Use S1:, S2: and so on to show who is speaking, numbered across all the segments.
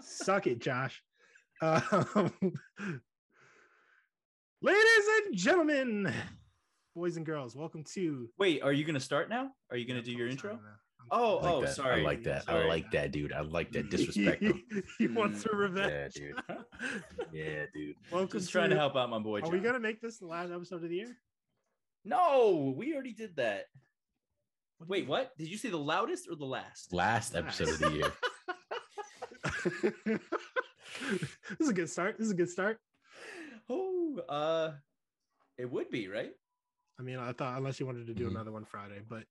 S1: Suck it, Josh. Um, ladies and gentlemen, boys and girls, welcome to.
S2: Wait, are you gonna start now? Are you gonna do your intro? Oh,
S3: I like
S2: oh,
S3: that.
S2: sorry.
S3: I like that.
S2: Sorry. Mm.
S3: I like that, dude. I like that disrespect. though.
S1: he wants to
S3: yeah,
S1: revenge.
S3: dude. Yeah, dude.
S1: welcome
S2: Just trying to help out my boy.
S1: Are
S2: John.
S1: we gonna make this the last episode of the year?
S2: No, we already did that.
S1: What do
S2: Wait,
S1: you-
S2: what? Did you say the loudest or the last?
S3: Last episode of the year.
S1: this is a good start. This is a good start.
S2: Oh, uh, it would be right.
S1: I mean, I thought unless you wanted to do
S3: Mhm.
S1: another one Friday, but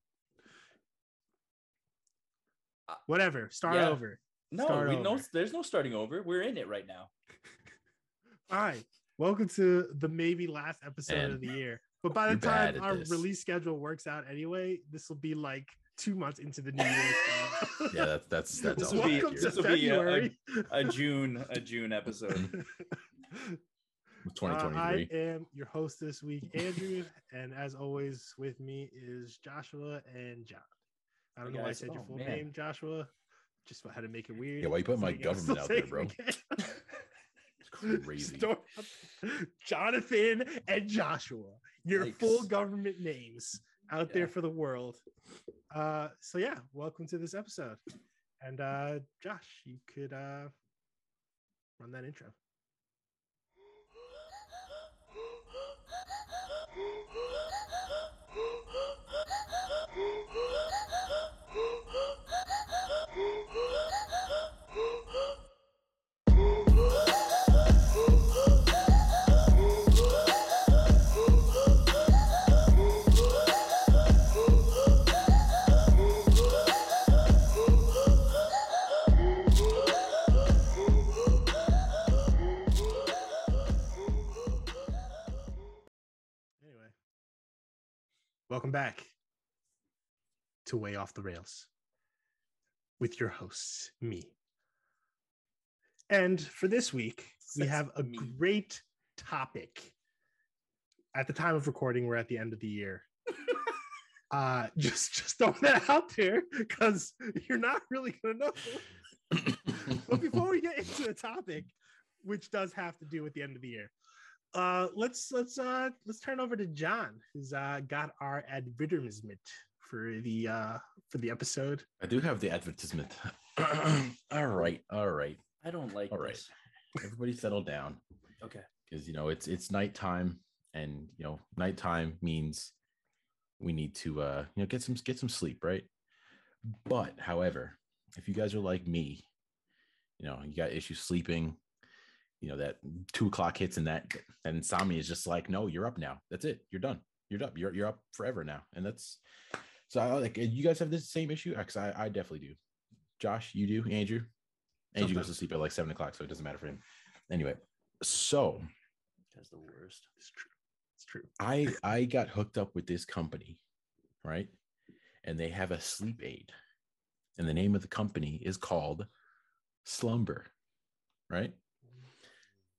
S2: Uh,
S1: whatever. Start
S2: yeah.
S1: over.
S2: No,
S1: Start
S2: we, no,
S1: over.
S2: there's no starting over. We're in it right now.
S1: Fine. Welcome to the maybe last episode
S3: Man,
S1: of the year. But by the
S3: you're bad
S1: time
S3: at
S1: our
S3: this.
S1: release schedule works out anyway, this will be like two months into the new year.
S3: Yeah, that's that's that's all.
S2: will be-
S1: Welcome
S3: Welcome
S1: to
S2: This will be, uh,
S1: February.
S2: A June, a June episode.
S1: Uh, I
S3: 2023.
S1: am your host this week, Andrew, and as always, with me is Joshua and John. I don't
S2: Hey,
S1: know why I
S2: guys.
S1: said your
S2: Oh,
S1: full
S2: man.
S1: name, Joshua. Just had to make it weird.
S3: Yeah, why you putting my
S1: Saying it, I'm still
S3: government out there,
S1: saying
S3: bro?
S1: it again.
S3: It's crazy.
S1: Start- Jonathan and Joshua, your
S2: Yikes.
S1: full government names out there
S2: Yeah.
S1: for the world. Uh, so yeah, welcome to this episode. And uh, Josh, you could uh, run that intro. Anyway, welcome back to Way Off the Rails with your hosts, me. And for this week, we
S2: That's
S1: have a
S2: me.
S1: great topic. At the time of recording, we're at the end of the year. uh, just just throwing that out there because you're not really gonna know. But before we get into the topic, which does have to do with the end of the year, uh, let's let's uh, let's turn over to John, who's uh, got our advertisement for the uh, for the episode.
S3: I do have the advertisement. all right, all right.
S2: I don't like
S3: All right.
S2: this.
S3: Everybody settle down.
S2: Okay.
S3: because you know it's it's nighttime and you know nighttime means we need to uh you know get some get some sleep right but however if you guys are like me you know you got issues sleeping you know that two o'clock hits and that that insomnia is just like no you're up now that's it you're done you're up you're, you're up forever now and that's so I like you guys have this same issue because I, I definitely do josh you do andrew andrew goes to sleep at like seven o'clock so it doesn't matter for him anyway so
S2: That's the worst.
S1: It's true. It's true.
S3: I I got hooked up with this company, right? And they have a sleep aid. And the name of the company is called Slumber, right?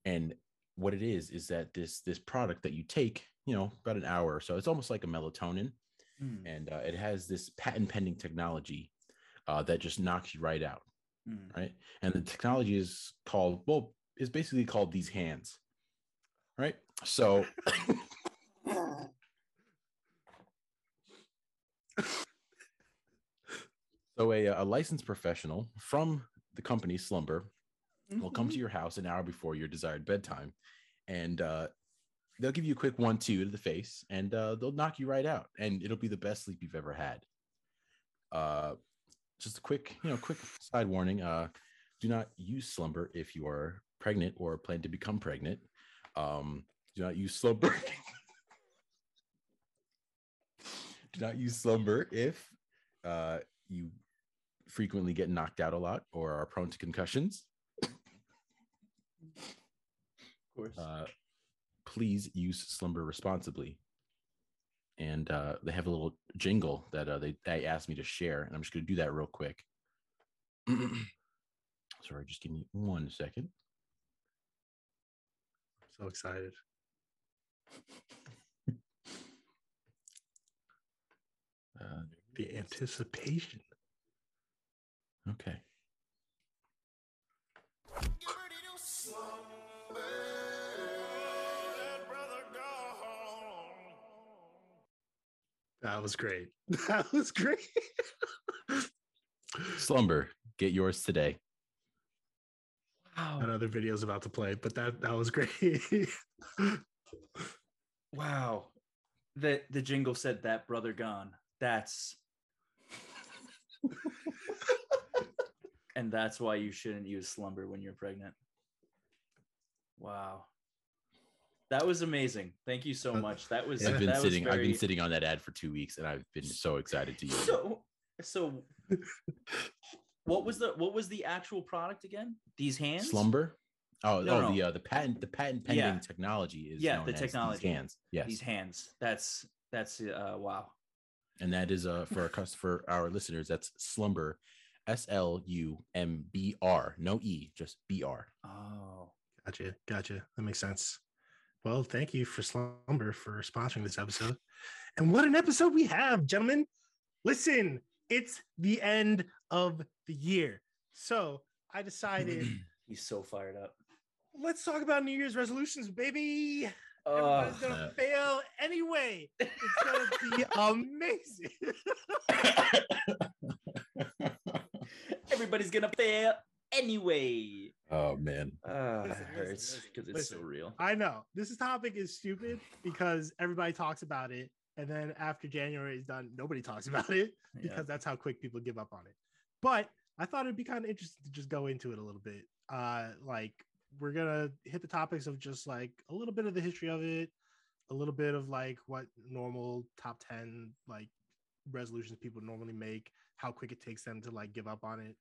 S3: And what it is is that this this product that you take, you know, about an hour or so, it's almost like a melatonin
S2: Mm,
S3: and uh, it has this patent pending technology uh, that just knocks you right out
S2: mm.
S3: right? And the technology is called, well, is basically called these hands, right? So, so a, a licensed professional from the company Slumber will come to your house an hour before your desired bedtime, and uh, they'll give you a quick one-two to the face, and uh, they'll knock you right out, and it'll be the best sleep you've ever had. Uh, just a quick, you know, quick side warning. Uh, do not use slumber if you are pregnant or plan to become pregnant. Um, do not use slumber. do not use slumber if uh, you frequently get knocked out a lot or are prone to concussions.
S2: Of course.
S3: Uh, please use slumber responsibly. And uh, they have a little jingle that uh, they, they asked me to share, and I'm just going to do that real quick. Sorry, just give me one second.
S1: So excited.
S3: Uh,
S1: The anticipation.
S3: okay.
S1: That was great. That was great.
S3: Slumber, get yours today.
S1: that
S2: Wow.
S1: other video's about to play, but that that was great.
S2: Wow. The the jingle said that brother gone. That's and that's why you shouldn't use slumber when you're pregnant. Wow. That was amazing. Thank you so
S1: Uh,
S2: much. That was
S1: Yeah,
S3: I've been
S2: that was
S3: sitting. I've
S2: very-
S3: been sitting on that ad for two weeks, and I've been so excited to use it.
S2: So so what was the what was the actual product again? These hands?
S3: Slumber. Oh,
S2: No,
S3: oh,
S2: no.
S3: the uh, the patent, the patent pending
S2: Yeah.
S3: technology is
S2: Yeah,
S3: known
S2: the
S3: as
S2: technology.
S3: These hands, yes,
S2: These hands. That's that's uh wow.
S3: and that is uh for our cus- for our listeners. That's slumber, S L U M B R, no E, just B R.
S2: Oh.
S1: gotcha, gotcha. That makes sense. Well, thank you for Slumber for sponsoring this episode. And what an episode we have, gentlemen. Listen, it's the end of the year. So I decided
S2: He's so fired up.
S1: let's talk about New Year's resolutions, baby.
S2: Oh,
S1: Everybody's gonna
S3: Uh.
S1: fail anyway. It's gonna be amazing.
S2: everybody's gonna fail anyway.
S3: oh man,
S2: Ah, it
S1: Listen, listen,
S2: hurts
S1: listen,
S2: because it's so
S1: listen.
S2: real.
S1: I know this topic is stupid because everybody talks about it, and then after January is done, nobody talks about it because
S2: Yeah.
S1: that's how quick people give up on it. But I thought it'd be kind of interesting to just go into it a little bit. Uh, like we're gonna hit the topics of just like a little bit of the history of it, a little bit of like what normal top ten like resolutions people normally make, how quick it takes them to like give up on it.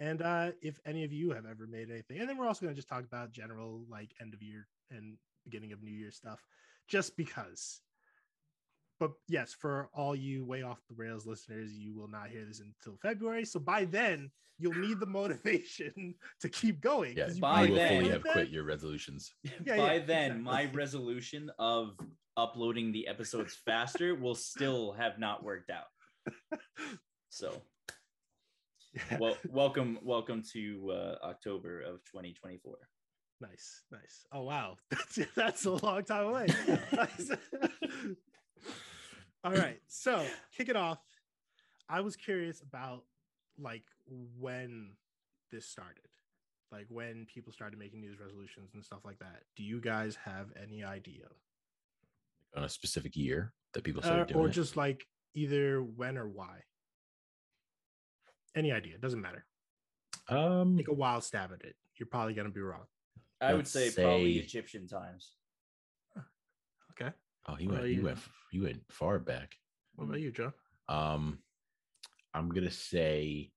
S1: And uh, if any of you have ever made anything, and then we're also going to just talk about general like end of year and beginning of New Year stuff, just because. But yes, for all you way off the rails listeners, you will not hear this until February. So by then, you'll need the motivation to keep going.
S3: yeah,
S1: 'cause
S3: you
S2: By
S1: probably
S3: will
S2: then-
S3: fully
S1: won't
S3: have quit your resolutions.
S1: yeah,
S2: By
S1: yeah,
S2: then,
S1: exactly.
S2: my resolution of uploading the episodes faster will still have not worked out. So,
S1: Yeah.
S2: well, welcome, welcome to uh, October of 2024.
S1: Nice, nice. Oh wow, that's that's a long time away. Nice. All right, so kick it off. I was curious about like when this started, like when people started making these resolutions and stuff like that. Do you guys have any idea,
S3: on a specific year that people
S1: Uh,
S3: started doing
S1: or
S3: it.
S1: just like either when or why? Any idea? Doesn't matter.
S3: um
S1: Take a wild stab at it. You're probably gonna be wrong.
S2: I would
S3: Let's
S2: say, probably
S3: say-
S2: Egyptian times.
S1: Okay.
S3: oh he
S1: What
S3: went
S1: about
S3: he
S1: you?
S3: went he went far back
S1: What
S3: Hmm.
S1: about you, Joe?
S3: um i'm gonna say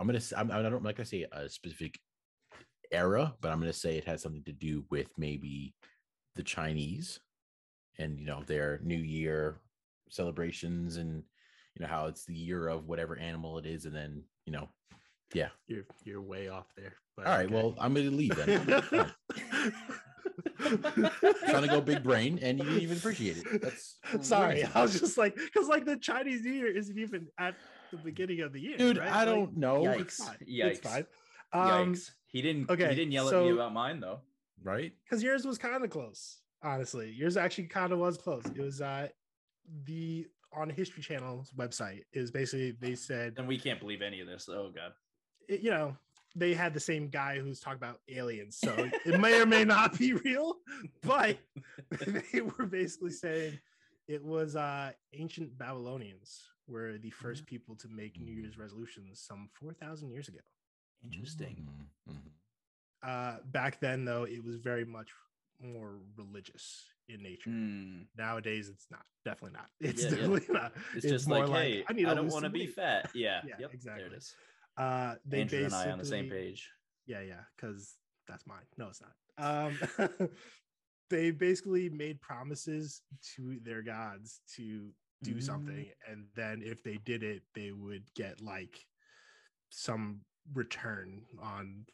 S3: i'm gonna s- I'm, i don't like i say a specific era but i'm gonna say it has something to do with maybe the chinese and you know their new year celebrations and you know how it's the year of whatever animal it is and then you know yeah
S1: You're you're way off there. But
S3: all right
S1: okay.
S3: well i'm gonna leave then Fine. trying to go big brain and you didn't even appreciate it that's
S1: Sorry,
S3: crazy.
S1: I was just like, because like the Chinese New Year isn't even at the beginning of the year,
S3: dude
S1: right?
S3: i
S1: Like,
S3: don't know
S1: it's
S2: Yikes!
S1: fine. It's
S2: Yikes!
S1: fine. Um,
S2: Yikes! he didn't.
S1: okay,
S2: he didn't yell at
S1: so-
S2: me about mine though.
S3: right
S1: because yours was kind of close, honestly. Yours actually kind of was close. It was uh the on History Channel's website is basically they said
S2: And we can't believe any of this. Oh god.
S1: it- you know they had the same guy who's talking about aliens so it may or may not be real but they were basically saying it was uh ancient babylonians were
S2: Mm-hmm.
S1: the first people to make new year's resolutions some 4000 years ago
S2: Interesting.
S3: Mm, mhm.
S1: uh back then though it was very much more religious in nature
S2: Hmm.
S1: nowadays it's not definitely not it's
S2: Yeah, yeah.
S1: definitely not
S2: It's, just like, hey, I, don't
S1: lose
S2: want to
S1: some
S2: be
S1: weight."
S2: fat. Yeah,
S1: Yeah,
S2: yep, There
S1: exactly.
S2: it is.
S1: uh they
S2: Andrew and I on the same
S1: basically-
S2: page.
S1: Yeah, yeah, because that's mine. No, it's not. Um, they basically made promises to their gods to do
S2: Mm.
S1: something, and then if they did it, they would get like some return on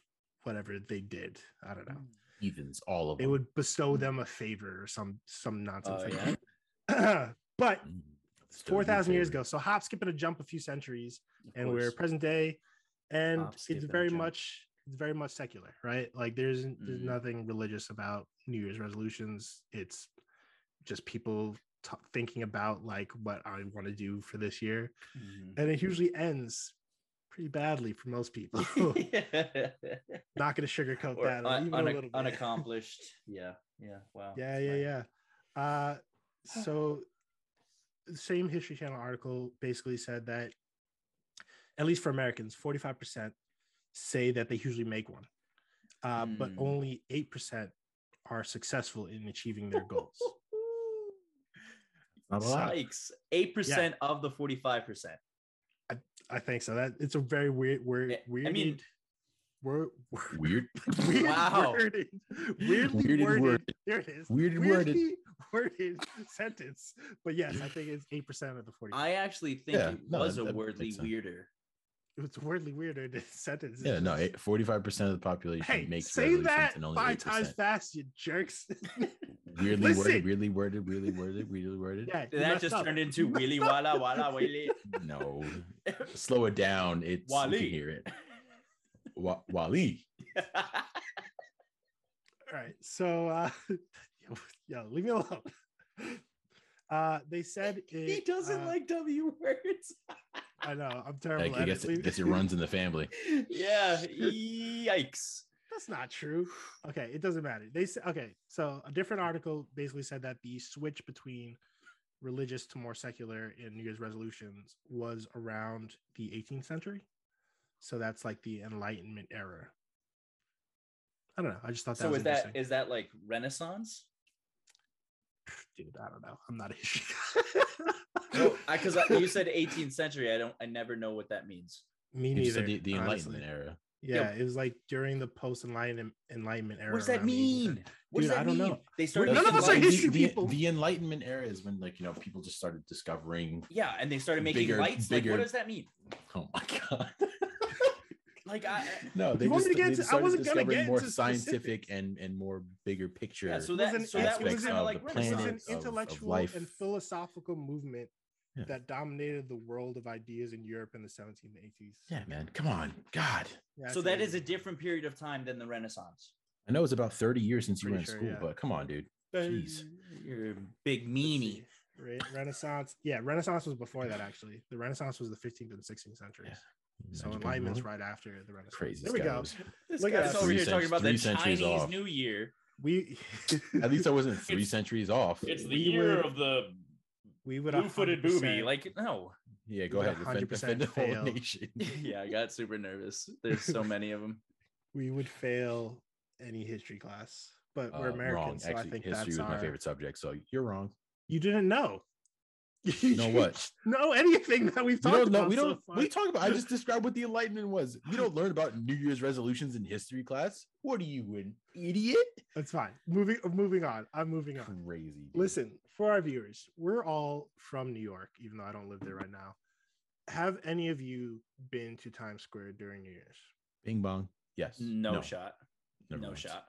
S1: whatever they did. I don't know.
S3: heathens all of
S1: They
S3: them
S1: would bestow them a favor or some some nonsense.
S2: Oh,
S1: like
S2: Hmm. yeah?
S1: that. but
S3: Mm. Still
S1: four thousand years
S3: favorite.
S1: ago, so hop, skip, and a jump a few centuries
S2: Of
S1: and
S2: course.
S1: we're present day and
S2: Hop, skip,
S1: it's
S2: and
S1: very
S2: jump.
S1: much It's very much secular, right? Like there's there's
S2: Mhm.
S1: nothing religious about New Year's resolutions. It's just people t- thinking about like what I want to do for this year,
S2: Mm-hmm.
S1: and it usually ends pretty badly for most people. Not going to sugarcoat
S2: Or
S1: that
S2: un-
S1: even
S2: una-
S1: a little bit.
S2: unaccomplished. Yeah. Yeah. Wow.
S1: yeah,
S2: That's
S1: yeah,
S2: my-
S1: yeah. Uh, so, the same History Channel article basically said that, at least for Americans, 45% say that they usually make one, uh, but
S2: Hmm.
S1: only 8% are successful in achieving their goals.
S3: Not a lot.
S2: Sykes, eight percent of the forty-five percent.
S1: I think so. That it's a very weird, weird,
S2: Yeah, I
S1: weird.
S2: mean-
S1: weird, weird,
S3: Weird.
S2: Wow.
S1: worded, weirdly
S3: Weirded
S1: worded.
S3: worded.
S1: There it is.
S3: Weirded worded.
S1: Weirdly worded sentence. But yes, I think it's eight percent of the forty.
S2: I actually think
S3: Yeah,
S2: it
S3: no,
S2: was
S3: that-
S2: a
S3: that
S2: wordly
S3: makes sense.
S2: weirder.
S1: it's weirdly weirder than sentence.
S3: Yeah, no, forty-five percent of the population
S1: Hey,
S3: makes
S1: say
S3: resolutions
S1: that
S3: and only
S1: five
S3: 8%.
S1: times fast, you jerks.
S3: Weirdly
S1: Listen.
S3: worded, weirdly worded, weirdly worded, weirdly worded.
S1: yeah, you
S2: That
S1: messed
S2: just
S1: up.
S2: turned into Willy Walla Walla Willy.
S3: No, slow it down. It's you
S2: Wally.
S3: can hear it. Wa- Wally.
S1: All right, so uh, yo, yo, leave me alone. Uh, they said
S2: he
S1: it,
S2: doesn't
S1: uh,
S2: like W words.
S1: I know. I'm terrible.
S3: Like, I
S1: at it.
S3: guess it,
S1: Leave-
S3: guess it runs in the family.
S2: yeah. Yikes.
S1: That's not true. Okay, it doesn't matter. They said okay. So a different article basically said that the switch between religious to more secular in New Year's resolutions was around the 18th century. So that's like the Enlightenment era. I don't know. I just thought that
S2: So
S1: was
S2: is that
S1: interesting.
S2: is that like Renaissance?
S1: Dude, I don't know. I'm not a history.
S2: No, because you said 18th century. I don't. I never know what that means.
S1: me
S3: You
S1: neither.
S3: just said the, the
S1: honestly.
S3: Enlightenment era.
S1: Yeah, it was like during the post Enlightenment era.
S2: What does that
S1: around the 18th
S2: mean?
S1: century.
S2: What does
S1: Dude,
S2: that
S1: I don't
S2: mean?
S1: know.
S2: They started.
S1: None of us are
S3: The-
S2: lights-
S1: history
S3: the,
S1: people.
S3: The Enlightenment era is when, like, you know, people just started discovering.
S2: Yeah, and they started making
S3: Bigger-
S2: lights. like,
S3: bigger-
S2: what does that mean?
S3: Oh my god!
S2: Like, I, I-
S3: No, they
S1: You want
S3: just
S1: me to get
S3: they
S1: into- I
S3: started
S1: wasn't gonna
S3: discovering
S1: get
S3: more
S1: into
S3: scientific
S1: specifics.
S3: and and more bigger picture.
S2: yeah. So
S1: It
S2: that
S1: was an
S2: so that was
S1: aspects
S2: kind
S1: of
S2: of like
S3: the
S1: It was an
S2: Renaissance.
S3: planet of- of
S1: intellectual
S3: life.
S1: and philosophical movement
S3: Yeah.
S1: that dominated the world of ideas in Europe in the 17th and 18th.
S3: yeah, man, come on, God.
S1: Yeah,
S2: So
S1: it's
S2: that is a
S1: amazing.
S2: different period of time than the Renaissance.
S3: I know it's about thirty years since you were
S1: Pretty
S3: in
S1: sure,
S3: school,
S1: yeah.
S3: but come on, dude. Jeez.
S2: You're a big
S1: Let's
S2: meanie.
S1: see. Re- Renaissance. Yeah, Renaissance was before that actually. The Renaissance was the 15th and 16th centuries. So
S3: Imagine being
S1: Enlightenment's
S3: wrong.
S1: right after the Renaissance.
S3: Crazy.
S1: There
S3: this
S1: we
S3: guy
S1: go.
S3: was.
S2: This
S1: Look at
S2: guy's
S1: us.
S2: over here
S3: Three
S2: talking
S3: cent-
S2: about the
S3: three centuries
S2: Chinese
S3: off.
S2: New Year.
S1: We
S3: At least I wasn't three
S2: It's-
S3: centuries off.
S2: It's the
S1: We
S2: year
S1: would-
S2: of the
S1: we would
S2: blue-footed booby.
S1: 100%
S2: Like, no.
S3: Yeah, go
S1: would
S3: ahead. Defend,
S1: 100%
S3: defend the whole
S1: fail.
S3: nation.
S2: yeah, I got super nervous. There's so many of them.
S1: we would fail any history class, but
S3: Uh,
S1: we're
S3: wrong.
S1: Americans, so I
S3: Actually,
S1: think
S3: history
S1: that's
S3: was
S1: our...
S3: my favorite subject. So you're wrong.
S1: You didn't know.
S3: You know what?
S1: No, anything that we've
S3: We
S1: talked
S3: don't know.
S1: about.
S3: We
S1: so
S3: don't.
S1: far.
S3: we talk about. I just described what the Enlightenment was. We don't learn about New Year's resolutions in history class. What are you, an idiot?
S1: That's fine. Moving moving on. I'm moving on.
S3: Crazy. dude.
S1: Listen, for our viewers, we're all from New York, even though I don't live there right now. Have any of you been to Times Square during New Year's?
S3: Bing bong. Yes.
S2: No, shot.
S3: Never
S2: no
S3: once.
S2: shot.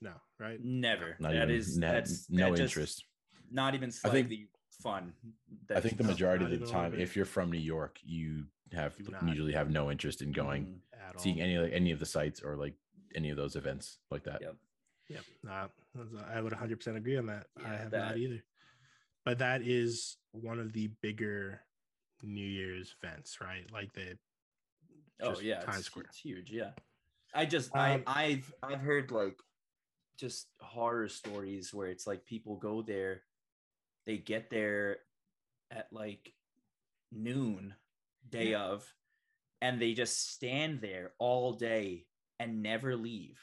S1: No, right?
S2: Never.
S3: Not
S2: That
S3: even,
S2: is
S3: na-
S2: that's
S3: no
S2: that just
S3: interest.
S2: Not even
S3: I think-
S2: slightly fun.
S3: I think the
S1: No,
S3: majority
S1: not
S3: of the
S1: even a little
S3: time,
S1: bit.
S3: if you're from New York, you have
S1: Do not.
S3: usually have no interest in going
S2: Mm.
S1: At all.
S3: seeing any like any of the sites or like any of those events like that.
S2: Yep.
S1: Yep. Nah, that's- I would 100% agree on that. I
S2: Yeah,
S1: have
S2: that-
S1: not either. But that is one of the bigger New Year's events, right? Like the
S2: Oh
S1: just
S2: yeah,
S1: Times
S2: it's,
S1: Square.
S2: it's huge. Yeah, I just
S1: Um,
S2: I I've I've heard like just horror stories where it's like people go there, they get there at like noon day of, and they just stand there all day and never leave.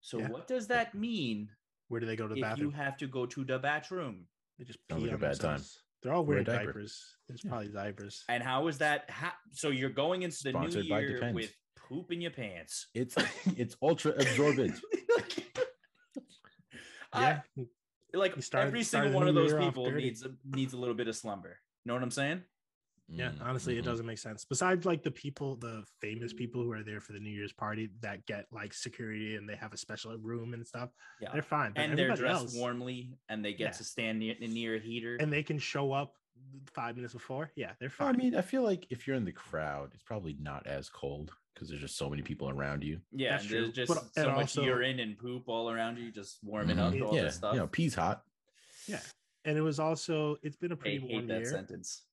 S2: So
S1: Yeah.
S2: what does that mean
S1: where do they go to the
S2: if you
S1: bathroom?
S2: have to go to the bathroom?
S1: they just pee
S3: Sounds like a
S1: on
S3: bad time.
S1: themselves. They're all
S3: Wear a
S1: wearing
S3: diaper.
S1: diapers. It's
S3: Yeah.
S1: probably diapers.
S2: And how is that? Ha- so you're going into the
S3: Sponsored
S2: new
S3: by
S2: year
S3: Depends.
S2: with poop in your pants.
S3: It's it's ultra absorbent.
S2: yeah.
S1: Yeah.
S2: like
S1: You started-
S2: every
S1: started
S2: single
S1: the
S2: one of
S1: new
S2: those
S1: year off
S2: people
S1: dirty.
S2: needs a, needs a little bit of slumber. Know what I'm saying?
S1: Yeah,
S3: Mm,
S1: honestly, it
S3: mhm.
S1: doesn't make sense. Besides, like the people, the famous people who are there for the New Year's party that get like security and they have a special room and stuff,
S2: Yeah.
S1: they're fine. But
S2: and they're
S1: everybody
S2: dressed
S1: else-
S2: warmly, and they get
S1: Yeah.
S2: to stand near, near a heater.
S1: and they can show up five minutes before. Yeah, they're
S3: I
S1: fine.
S3: mean, I feel like if you're in the crowd, it's probably not as cold. because there's just so many people around you.
S2: Yeah,
S1: That's
S2: there's
S1: true.
S2: just
S1: But-
S2: so
S1: and
S2: much
S1: also- Mm-hmm.
S2: urine and poop all around you, just warming
S3: Mhm.
S2: up all
S3: yeah,
S2: this stuff.
S3: you know, pea's hot.
S1: and it was also it's been a
S2: I
S1: pretty warm
S2: hate that
S1: year.
S2: sentence.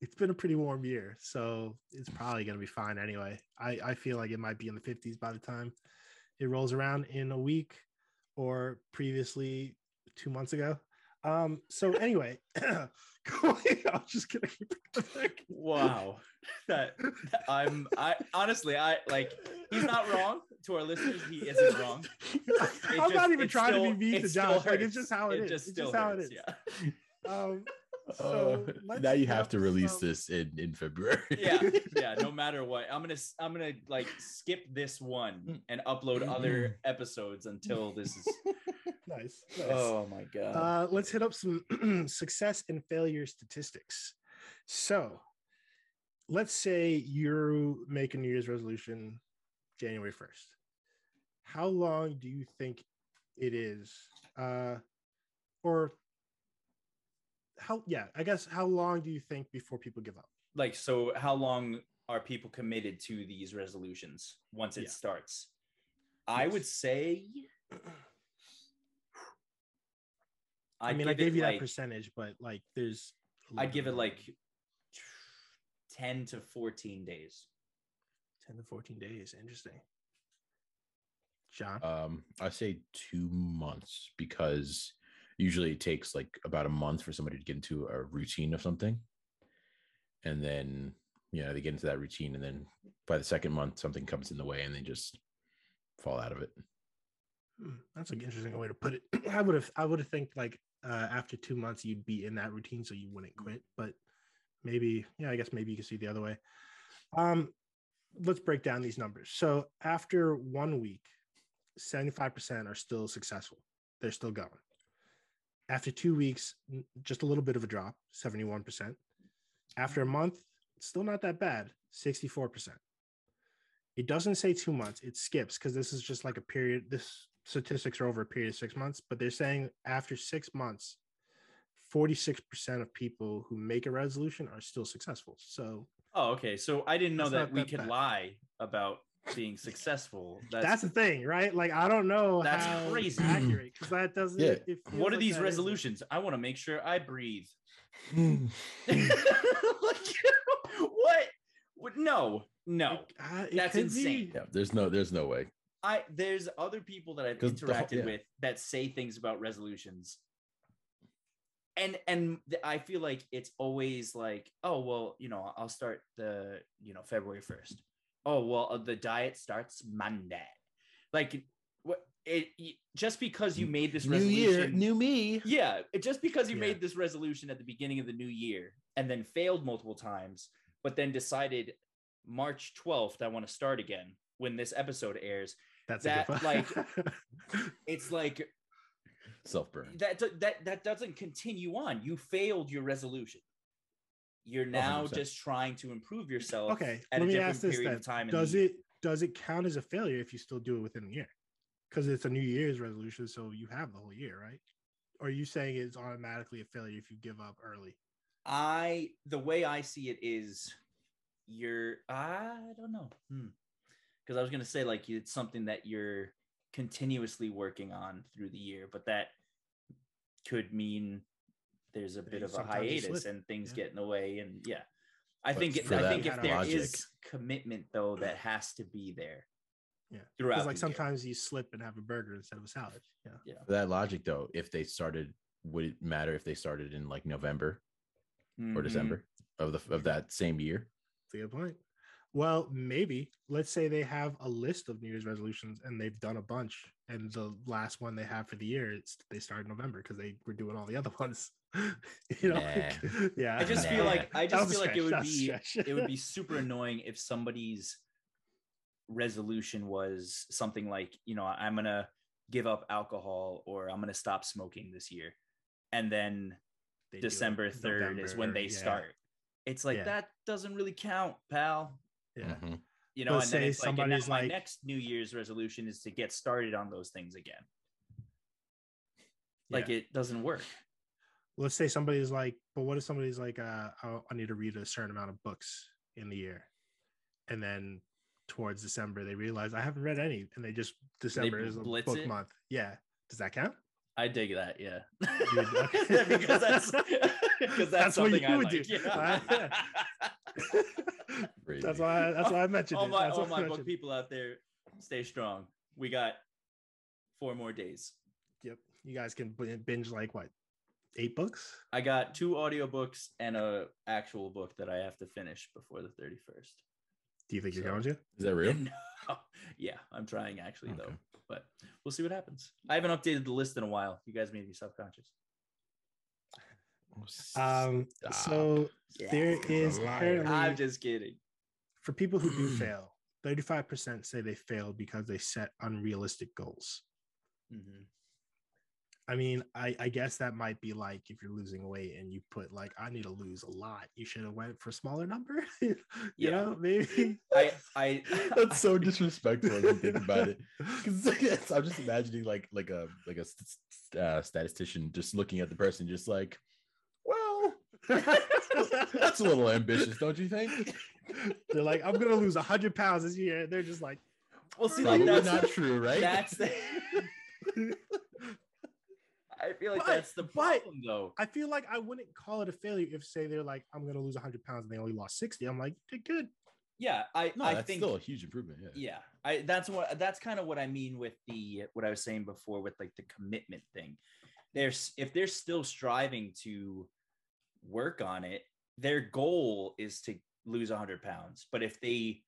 S1: It's been a pretty warm year, so it's probably gonna be fine anyway. I I feel like it might be in the 50s by the time it rolls around in a week, or previously two months ago. Um. So anyway, going- I'm just gonna keep it
S2: Wow, that I'm I honestly I like he's not wrong to our listeners. He isn't wrong.
S1: I'm
S2: It
S1: not
S2: just-
S1: even
S2: it
S1: trying to
S2: still-
S1: be mean
S2: it
S1: to
S2: still
S1: Josh. Like
S2: hurts.
S1: it's just how
S2: it
S1: is.
S2: just
S1: it's
S2: still
S1: just how
S2: hurts,
S1: it is.
S2: Yeah.
S1: Um,
S3: Oh,
S1: so let's
S3: now you have
S1: jump
S3: to release
S1: some-
S3: this in in February.
S2: yeah yeah no matter what i'm gonna s- i'm gonna like skip this
S1: Hmm.
S2: one and upload other episodes until this is
S1: Nice. nice.
S2: oh my god
S1: Uh, let's hit up some success and failure statistics. So, let's say you make a New Year's resolution January 1st. How long do you think it is? Uh, or how, yeah, I guess, how long do you think before people give up?
S2: like so how long are people committed to these resolutions once it
S1: Yeah.
S2: starts i
S1: Yes.
S2: would say
S1: I
S2: I'd
S1: mean, I
S2: give it,
S1: gave you that
S2: like-
S1: percentage, but like there's, a little
S2: i'd give
S1: bit
S2: it
S1: more.
S2: like 10 to 14 days
S1: 10 to 14 days. Interesting. John,
S3: Um, I say two months because usually it takes like about a month for somebody to get into a routine of something, and then you know they get into that routine, and then by the second month something comes in the way, and they just fall out of it.
S1: Hmm, that's an interesting way to put it. I would have, I would have think like uh, after two months you'd be in that routine, so you wouldn't quit. But maybe, yeah, I guess maybe you can see the other way. Um, let's break down these numbers. So after one week, seventy-five percent are still successful; they're still going. After two weeks, n- just a little bit of a drop, seventy-one percent. After a month, still not that bad, sixty-four percent it doesn't say two months it skips because this is just like a period this statistics are over a period of six months but they're saying after six months 46% of people who make a resolution are still successful so
S2: oh okay so i didn't know
S1: That's not
S2: that we
S1: that
S2: could
S1: bad.
S2: lie about being successful
S1: that's, the thing right like i don't know
S2: That's
S1: how
S2: crazy.
S1: accurate because that doesn't
S3: Yeah.
S1: it feels
S2: what are
S1: like
S2: these
S1: that isn't.
S2: resolutions i want to make sure i breathe Hmm.
S3: yeah,
S2: Like, what? what no no
S1: It- uh, it
S2: That's
S1: could be.
S2: insane.
S3: there's no there's no way.
S2: i there's other people that i've
S3: 'Cause the whole-
S2: interacted
S3: yeah.
S2: with that say things about resolutions and and th- i feel like it's always like oh well you know i'll start the you know february 1st oh well uh, the diet starts monday like what it y- just because you made this resolution
S3: me.
S2: yeah it- just because you
S1: Yeah.
S2: made this resolution at the beginning of the new year and then failed multiple times but then decided march 12th i want to start again when this episode airs
S1: that's
S2: That,
S1: a good
S2: like-
S1: one.
S2: it's like
S3: Self burn.
S2: that do- that that doesn't continue on you failed your resolution you're now
S3: 100%.
S2: just trying to improve yourself
S1: okay
S2: at
S1: let
S2: a
S1: me
S2: different
S1: ask this
S2: period
S1: then
S2: of time in the
S1: does
S2: year.
S1: it does it count as a failure if you still do it within the year because it's a new year's resolution so you have the whole year right or are you saying it's automatically a failure if you give up early
S2: I the way I see it is you're I don't know. Hmm. Cuz I was going to say like it's something that you're continuously working on through the year, but that could mean there's a bit
S1: you
S2: of a
S1: sometimes you
S2: hiatus
S1: slip,
S2: and things
S1: yeah.
S2: get in the way and yeah. I
S3: But
S2: think it-
S1: for
S2: I
S1: that
S2: think if there is
S3: logic-
S2: commitment though that has to be there.
S1: Yeah.
S2: Throughout
S1: because like
S2: the year.
S1: sometimes you slip and have a burger instead of a salad yeah
S3: For that logic though, if they started, would it matter if they started in like November or
S2: Mhm.
S3: December of the of that same year?
S1: that's a good point well maybe let's say they have a list of new year's resolutions and they've done a bunch and the last one they have for the year it's they started in november because they were doing all the other ones you know like- yeah
S2: I just feel
S3: Nah.
S2: like I
S1: That
S2: just
S1: was a
S2: feel like it
S1: stretch,
S2: would
S1: that was a
S2: be
S1: stretch.
S2: it would be super annoying if somebody's resolution was something like, you know, I'm going to give up alcohol or I'm going to stop smoking this year. And then
S1: they do it
S2: December
S1: in
S2: 3rd is
S1: November,
S2: when they
S1: yeah,
S2: start. It's like
S1: Yeah.
S2: that doesn't really count, pal.
S1: Yeah.
S3: Mhm.
S2: You know,
S1: But
S2: and then
S1: say
S2: it's like, and now
S1: somebody's
S2: my
S1: like-
S2: next New Year's resolution is to get started on those things again. Like
S1: Yeah.
S2: it doesn't work.
S1: Let's say somebody's like, but what if somebody's like, uh, I, I need to read a certain amount of books in the year, and then towards December they realize I haven't read any, and they just December is a
S2: blitz
S1: book
S2: it?
S1: month. Yeah, does that count?
S2: I dig that, yeah.
S1: would- okay.
S2: because that's because that's,
S1: That's what
S2: something
S1: you
S2: I
S1: would
S2: like.
S1: do.
S2: Yeah.
S3: Crazy.
S1: That's why. That's why I mentioned
S2: all
S1: it.
S2: Oh my
S1: That's why
S2: all
S1: I
S2: my book
S1: mentioned it.
S2: people out there, stay strong. We got four more days.
S1: Yep. You guys can bin- binge like what, eight books?
S2: I got two audiobooks and a actual book that I have to finish before the 31st.
S1: Do you think you're
S2: So-
S1: going to?
S3: Is that real?
S2: No. Yeah, I'm trying actually though,
S3: Okay.
S2: but we'll see what happens. I haven't updated the list in a while. You guys may be subconscious.
S1: Um. So there is
S3: Liar.
S1: apparently
S2: I'm just kidding.
S1: for people who do fail, 35% say they failed because they set unrealistic goals.
S2: hmm
S1: I mean, I, I guess that might be like if you're losing weight and you put like, I need to lose a lot. You should have went for a smaller number. you
S2: Yeah.
S1: know, maybe.
S2: I I
S3: That's so disrespectful when you think about it. 'Cause yes, I'm just imagining like like a like a st- st- uh, statistician just looking at the person, just like, well, that's a little ambitious, don't you think?
S1: They're like, I'm gonna lose hundred pounds this year. They're just like,
S2: well see like
S3: Probably
S2: that's
S3: not true, right?
S2: that's the I feel like
S1: But-
S2: that's the
S1: but-
S2: problem though.
S1: I feel like I wouldn't call it a failure if say they're like, I'm gonna lose hundred pounds and they only lost sixty. I'm like, you did good.
S2: Yeah, I
S3: no,
S2: I
S3: that's
S2: think
S3: still a huge improvement. Yeah.
S2: yeah i that's what that's kind of what i mean with the what i was saying before with like the commitment thing there's if they're still striving to work on it their goal is to lose 100 pounds but if they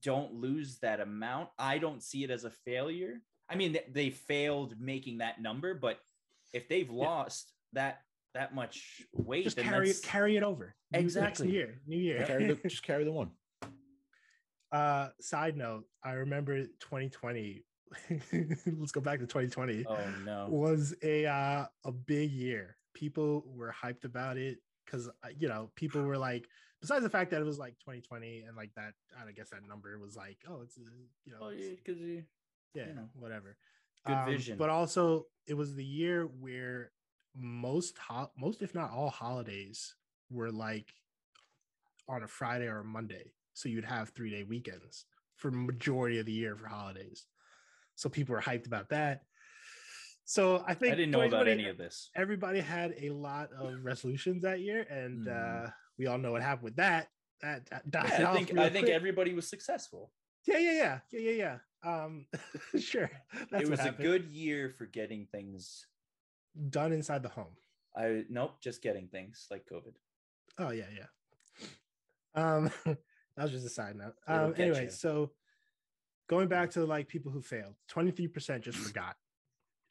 S2: don't lose that amount i don't see it as a failure i mean they, they failed making that number but if they've lost that that much weight
S1: Just
S2: then
S1: carry it,
S2: that's-
S1: carry it over. New- next
S2: Exactly.
S1: year, new year.
S3: Carry the, just carry the one.
S1: Uh, side note, I remember 2020. Let's go back to 2020.
S2: oh no
S1: Was a uh, a big year. People were hyped about it because you know people were like. Besides the fact that it was like 2020 and like that, I don't guess that number was like, oh, it's uh, you know,
S2: Oh,
S1: it's-
S2: yeah, 'cause you-
S1: yeah,
S2: know.
S1: whatever. Um,
S2: Good vision.
S1: But also, it was the year where most ho- most if not all holidays were like on a Friday or a Monday, so you'd have three day weekends for majority of the year for holidays. So people were hyped about that. So I
S2: i
S1: think
S2: didn't know about
S1: 2020
S2: any of this
S1: Everybody had a lot of resolutions that year, and
S3: Mhm.
S1: uh, we all know what happened with that. That, that died
S2: Yeah, Hmm. I
S1: off
S2: think
S1: real
S2: I think
S1: quick.
S2: everybody was successful.
S1: yeah, yeah, yeah, yeah, yeah, yeah. Um, sure. That's what
S2: it was a
S1: happened.
S2: good year for getting things.
S1: done inside the home.
S2: I nope, just getting things like COVID.
S1: Oh yeah, yeah. Um, that was just a side note.
S2: It'll
S1: Um,
S2: get
S1: anyway,
S2: you.
S1: so going back to like people who failed, twenty three percent just forgot.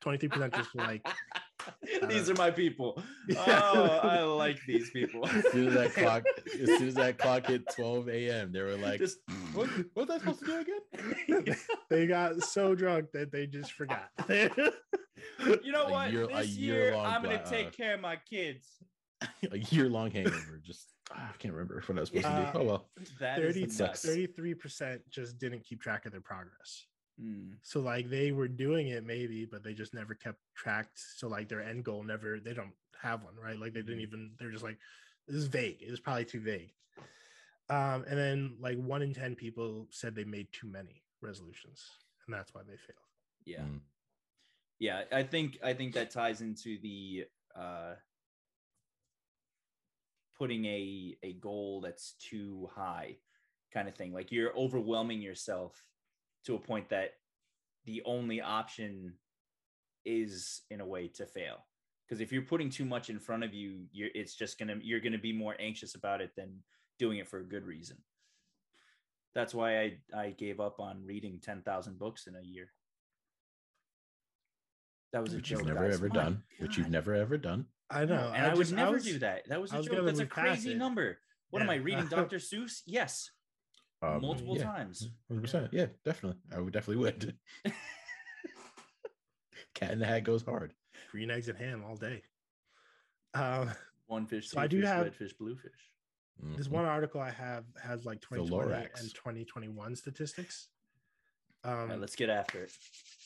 S1: Twenty three percent just were like,
S2: these are my people.
S1: Yeah.
S2: Oh, I like these people.
S3: As soon as that clock, as soon as that clock hit 12 a.m., they were like, mm,
S2: Just-
S3: what, what's I supposed to do again?
S1: they got so drunk that they just forgot.
S2: you know
S3: A
S2: what?
S3: year- a
S2: this year,
S3: year-long
S2: I'm gonna
S3: bla-
S2: take
S3: uh,
S2: care of my kids.
S3: a year long hangover. Just ah, I can't remember what I was supposed
S1: Uh,
S2: Ah,
S3: to do. Oh well.
S2: That is
S1: 30
S2: nuts.
S3: sucks.
S1: 33% just didn't keep track of their progress.
S2: Hmm.
S1: So like they were doing it maybe, but they just never kept track. So like their end goal never they don't have one, right? Like they didn't
S2: Mm-hmm.
S1: even they're just like this is vague. It was probably too vague. Um, and then like one in ten people said they made too many resolutions, and that's why they failed.
S2: Yeah.
S3: Mm.
S2: yeah i think i think that ties into the uh putting a a goal that's too high kind of thing like you're overwhelming yourself to a point that the only option is in a way to fail because if you're putting too much in front of you you're it's just gonna you're gonna be more anxious about it than doing it for a good reason that's why i i gave up on reading 10000 books in a year that was a
S3: Which
S2: joke
S3: you've never
S2: guys.
S3: ever
S2: My
S3: done. Which you've
S2: God.
S3: never ever done.
S1: I know,
S2: and i, would
S1: just-
S2: never
S1: was-
S2: do that that was
S1: I
S2: a
S1: was
S2: joke
S1: gonna
S2: that's a
S1: move past
S2: crazy
S1: it.
S2: number what am
S1: Yeah.
S2: i reading dr seuss yes
S3: Um,
S2: multiple
S3: yeah,
S2: times
S3: 100%. Yeah, definitely. I would definitely would. Cat in the Hat goes hard.
S1: green eggs and ham all day. Um,
S2: one fish
S1: So I
S2: two
S1: do
S2: fish,
S1: have-
S2: red fish blue fish
S1: this
S3: Mhm.
S1: one article I have has like 2020
S3: Lorax.
S1: and 2021 statistics. Um,
S2: all right let's get after it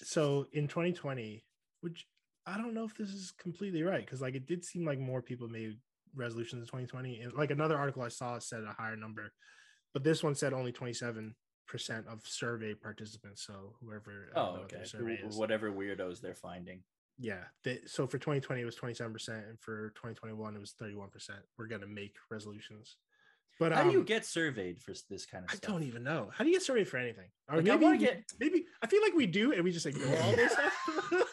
S1: so in 2020 which i don't know if this is completely right because like it did seem like more people made resolutions in 2020 and like another article i saw said a higher number but this one said only 27% of survey participants. So whoever, I don't
S2: Oh,
S1: know what
S2: okay.
S1: their survey
S2: Wh-
S1: is.
S2: Whatever weirdos they're finding.
S1: Yeah. They, so for 2020, it was 27%. And for 2021, it was 31%. We're going to make resolutions. But
S2: How do you
S1: um,
S2: get surveyed for s- this kind of
S1: I
S2: stuff?
S1: don't even know. How do you get surveyed for anything? Or
S2: Like, I
S1: maybe,
S2: want
S1: we-
S2: to get.
S1: maybe I feel like we do, and we just ignore all this stuff.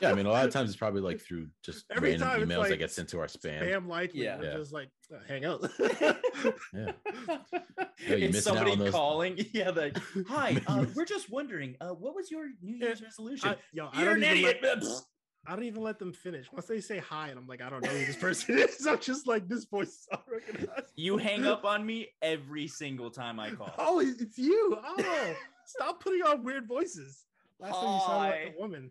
S3: Yeah, I mean, a lot of times it's probably like through just
S1: Every
S3: random
S1: time it's
S3: emails
S1: like
S3: that get sent to our spam.
S1: Bam, like,
S2: Yeah.
S1: yeah,
S3: Yeah.
S1: just like uh, hang out.
S3: Yeah. you're
S2: it's
S3: missing out
S2: somebody
S3: on those-
S2: calling. Yeah, like, hi,
S3: You
S2: uh,
S3: miss-
S2: we're just wondering, uh, what was your New Year's resolution?
S1: I, yo, I
S2: You're
S1: don't
S2: an
S1: even
S2: idiot.
S1: Let, I don't even let them finish. Once they say hi, and I'm like, I don't know who this person is. I'm just like, this voice is unrecognized.
S2: you hang up on me every single time I call.
S1: Oh, it's it's you. Oh, stop putting on weird voices. Last time you sounded like
S2: Hi. Oh.
S1: a woman.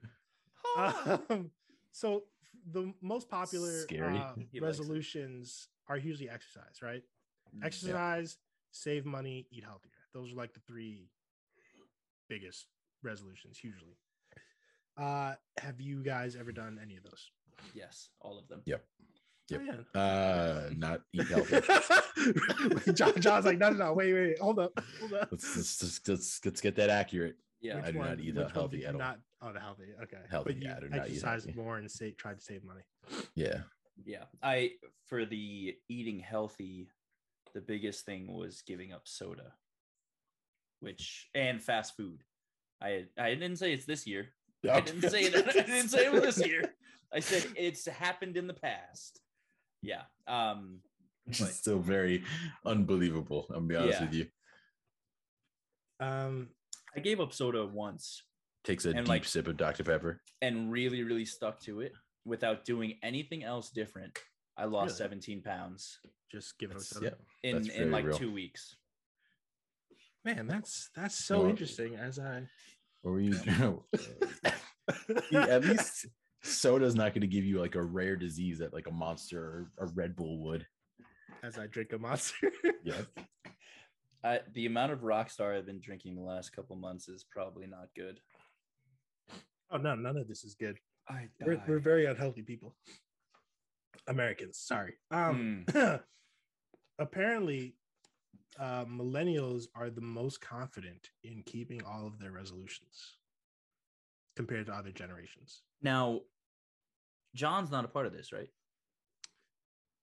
S2: Hi.
S1: Um, so the most popular
S3: Scary.
S1: uh,
S2: He likes it.
S1: resolutions are usually exercise, right?
S2: Mm,
S1: Mm-hmm.
S2: yeah.
S1: Exercise, save money, eat healthier. Those are like the three biggest resolutions usually. Uh, have you guys ever done any of those?
S2: yes, all of them.
S3: Yeah. Yep.
S1: Oh, yeah.
S3: Uh, not eat healthy.
S1: Oh, John, John's like, no, no, no, wait, wait, hold up, hold up.
S3: Oh, let's, let's, let's, let's, let's get that accurate.
S2: Yeah.
S3: I do not eat
S1: which
S3: the
S1: one
S3: healthy
S1: did you
S3: at all.
S1: Not oh, the healthy. Okay,
S3: Healthy,
S1: But you
S3: yeah, I do not eat
S1: exercised
S3: healthy.
S1: more and say, tried to save money.
S3: Yeah.
S2: Yeah. I for the eating healthy, the biggest thing was giving up soda, which and fast food. I I didn't say it's this year. I didn't say it. I didn't say it was this year. I said it's happened in the past. Yeah. Um.
S3: Which is still very unbelievable. I'm gonna be honest
S2: Yeah.
S3: with you.
S1: Um,
S2: I gave up soda once
S3: Takes a
S2: And,
S3: deep
S2: like-
S3: sip of Dr. Pepper.
S2: and really, really stuck to it without doing anything else different. I lost
S1: Really?
S2: 17 pounds
S1: just give us
S3: That's-
S1: a
S3: yep.
S2: in
S3: That's
S2: in
S3: very
S2: like
S3: real.
S2: two weeks.
S1: man. That's that's so
S3: Well-
S1: interesting. As I
S3: Or were you at least soda's not gonna give you like a rare disease that like a monster or a Red Bull would.
S1: as I drink a monster.
S3: Yeah.
S2: I, the amount of Rockstar I've been drinking the last couple months is probably not good.
S1: oh no, none of this is good.
S2: I
S1: We're, we're very unhealthy people. Americans, sorry. Um,
S2: Hmm.
S3: Mm.
S1: apparently, uh, millennials are the most confident in keeping all of their resolutions compared to other generations.
S2: now, John's not a part of this, right?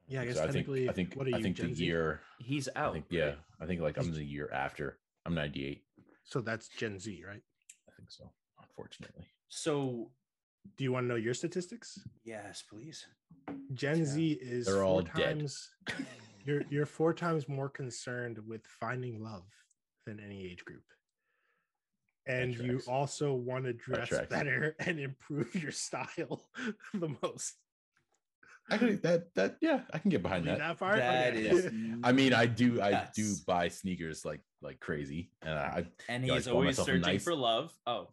S1: Yeah, I guess
S3: So I think
S1: technically,
S3: I think
S1: what are you,
S3: I think the
S1: Gen Z?
S3: year
S2: He's out.
S3: I think yeah,
S2: right?
S3: I think like I'm the year after. I'm 98.
S1: So that's Gen Z, right?
S3: I think so, unfortunately.
S2: So
S1: Do you want to know your statistics?
S2: yes, please.
S1: Gen
S2: Yeah.
S1: Z is
S3: They're
S1: four
S3: all dead.
S1: times. You're you're four times more concerned with finding love than any age group, and you
S3: tracks.
S1: also want to dress
S3: tracks.
S1: better and improve your style the most.
S3: I could that that yeah, I can get behind
S1: Believe
S3: that.
S1: that part.
S2: That
S1: Okay.
S2: is.
S3: I mean, I do I do
S2: nuts.
S3: buy sneakers like like crazy. And I
S2: and
S3: yeah, I
S2: he's
S3: bought
S2: always
S3: myself a
S2: searching
S3: nice-
S2: for love. Oh,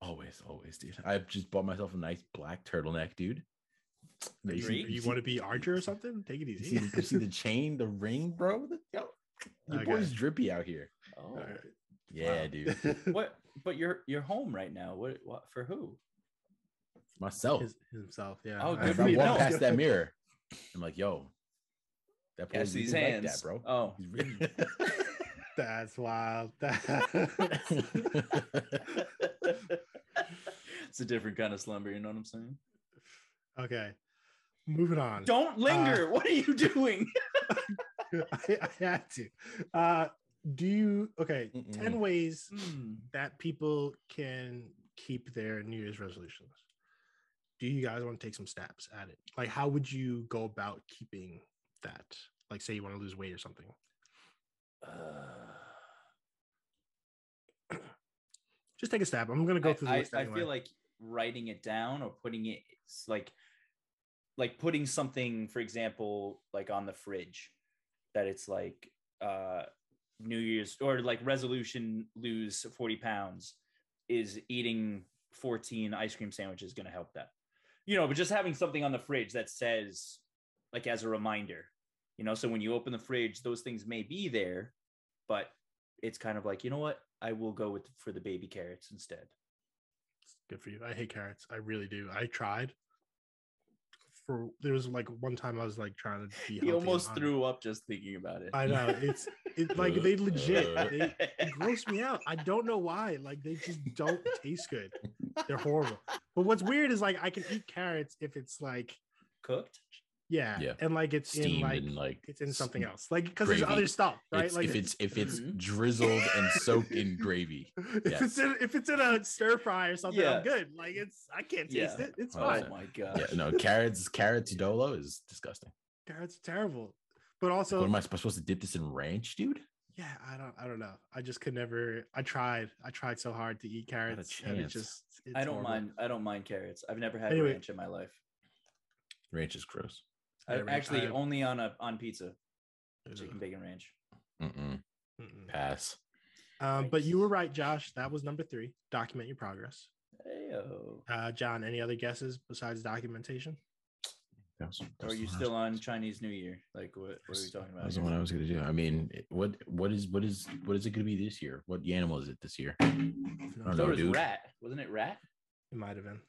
S3: always, always, dude. I've just bought myself a nice black turtleneck, dude.
S1: Are you,
S2: Drake?
S1: you want to be Archer or something? Take it
S3: You see,
S1: easy.
S3: you see the chain, the ring, bro. The- yo, your
S1: Okay.
S3: boy's drippy out here.
S2: oh.
S1: All right.
S3: Yeah,
S1: Wow.
S3: dude.
S2: What? But you're you're home right now. What? What for? Who?
S3: Myself.
S1: His- himself? Yeah. I-
S2: Oh,
S3: And
S2: good
S3: if
S2: for
S3: Oh. I
S2: you.
S3: walk
S2: No.
S3: past that mirror, I'm like, yo, that boy
S2: Catch
S3: really
S2: these
S3: like
S2: hands,
S3: that, bro.
S2: Oh,
S3: He's really-
S1: That's wild. That-
S2: it's a different kind of slumber. You know what I'm saying?
S1: okay. Moving on.
S2: Don't linger. what are you doing?
S1: I, I had to. Uh, do you okay? Ten
S2: Mm.
S3: Mm-mm.
S1: ways
S2: Hmm.
S1: that people can keep their New Year's resolutions. Do you guys want to take some steps at it? Like, how would you go about keeping that? Like, say you want to lose weight or something.
S2: Uh,
S1: Just take a stab. I'm gonna go
S2: I,
S1: through the
S2: I,
S1: list
S2: I
S1: anyway.
S2: feel like writing it down or putting it it's like like putting something for example like on the fridge that it's like uh new year's or like resolution lose 40 pounds is eating 14 ice cream sandwiches going to help that you know but just having something on the fridge that says like as a reminder you know so when you open the fridge those things may be there but it's kind of like you know what i will go with for the baby carrots instead
S1: good for you. I hate carrots. I really do. I tried. For there was like one time I was like trying to be. healthy and
S2: he almost
S1: on-
S2: threw up just thinking about it.
S1: I know it's It, like they
S3: Uh,
S1: legit
S3: uh.
S1: they gross me out. I don't know why. Like they just don't taste good. They're horrible. But what's weird is like I can eat carrots if it's like
S2: Cooked.
S1: yeah,
S3: Yeah.
S1: and like it's in
S3: steamed
S1: like,
S3: and like
S1: it's in something else. Like because there's
S3: gravy.
S1: other stuff, right?
S3: It's,
S1: like
S3: if it's if it's
S2: Mhm.
S3: drizzled and soaked in gravy.
S1: if
S3: yeah.
S1: it's in if it's in a stir fry or something,
S2: Yeah.
S1: I'm good. Like it's I can't taste
S2: Yeah.
S1: it. It's
S3: Oh,
S1: fine.
S2: Oh my
S3: Yeah,
S2: god.
S3: no carrots. Carrots dolo is disgusting.
S1: Carrots are terrible. But also
S3: what am I sp- supposed to dip this in ranch, dude?
S1: yeah i don't i don't know i just could never i tried i tried so hard to eat carrots and it
S3: chance.
S1: just it's
S2: I don't
S1: horrible.
S2: mind. I don't mind carrots. I've never had
S1: Anyway.
S2: ranch in my life.
S3: Ranch is gross.
S1: Yeah,
S2: I,
S1: ranch-
S2: actually
S1: I-
S2: only on a on pizza,
S1: Ugh,
S2: chicken bacon ranch.
S3: Mm-mm.
S1: mm-mm.
S3: Pass.
S1: um but you were right josh that was number three document your progress
S2: Ayo.
S1: uh john any other guesses besides documentation
S3: That was- that
S2: Or are
S3: was
S2: you
S3: the one I
S2: still
S3: was-
S2: on Chinese New Year? Like what, what are we talking
S3: That
S2: about?
S3: was the
S2: here?
S3: one I was gonna do. I mean, it- what what is what is what is it gonna be this year? What animal is it this year?
S1: No,
S3: I don't
S2: So
S3: know,
S2: was
S3: dude.
S2: rat. Wasn't it rat?
S1: it might have been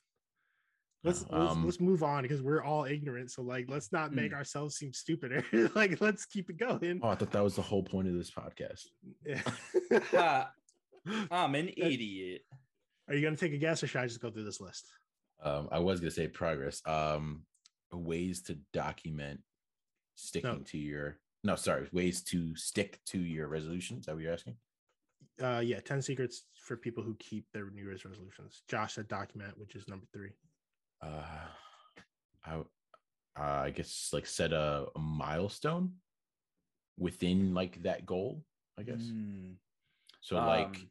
S1: let's
S3: No,
S1: let's,
S3: um, Hmm.
S1: let's move on because we're all ignorant so like let's not make
S2: Mm.
S1: ourselves seem stupider like let's keep it going
S3: Oh, I thought that was the whole point of this podcast.
S1: Yeah.
S2: Ha, I'm an idiot.
S1: are you gonna take a guess or should i just go through this list
S3: Um, I was gonna say progress. Um, ways to document sticking to your no, sorry, ways to stick to your resolutions. Is that what you're asking?
S1: uh yeah 10 secrets for people who keep their new year's resolutions josh said document which is number three
S3: Uh, I uh, I guess like set a, a milestone within like that goal. I guess
S2: Mm,
S3: so. Like
S2: um,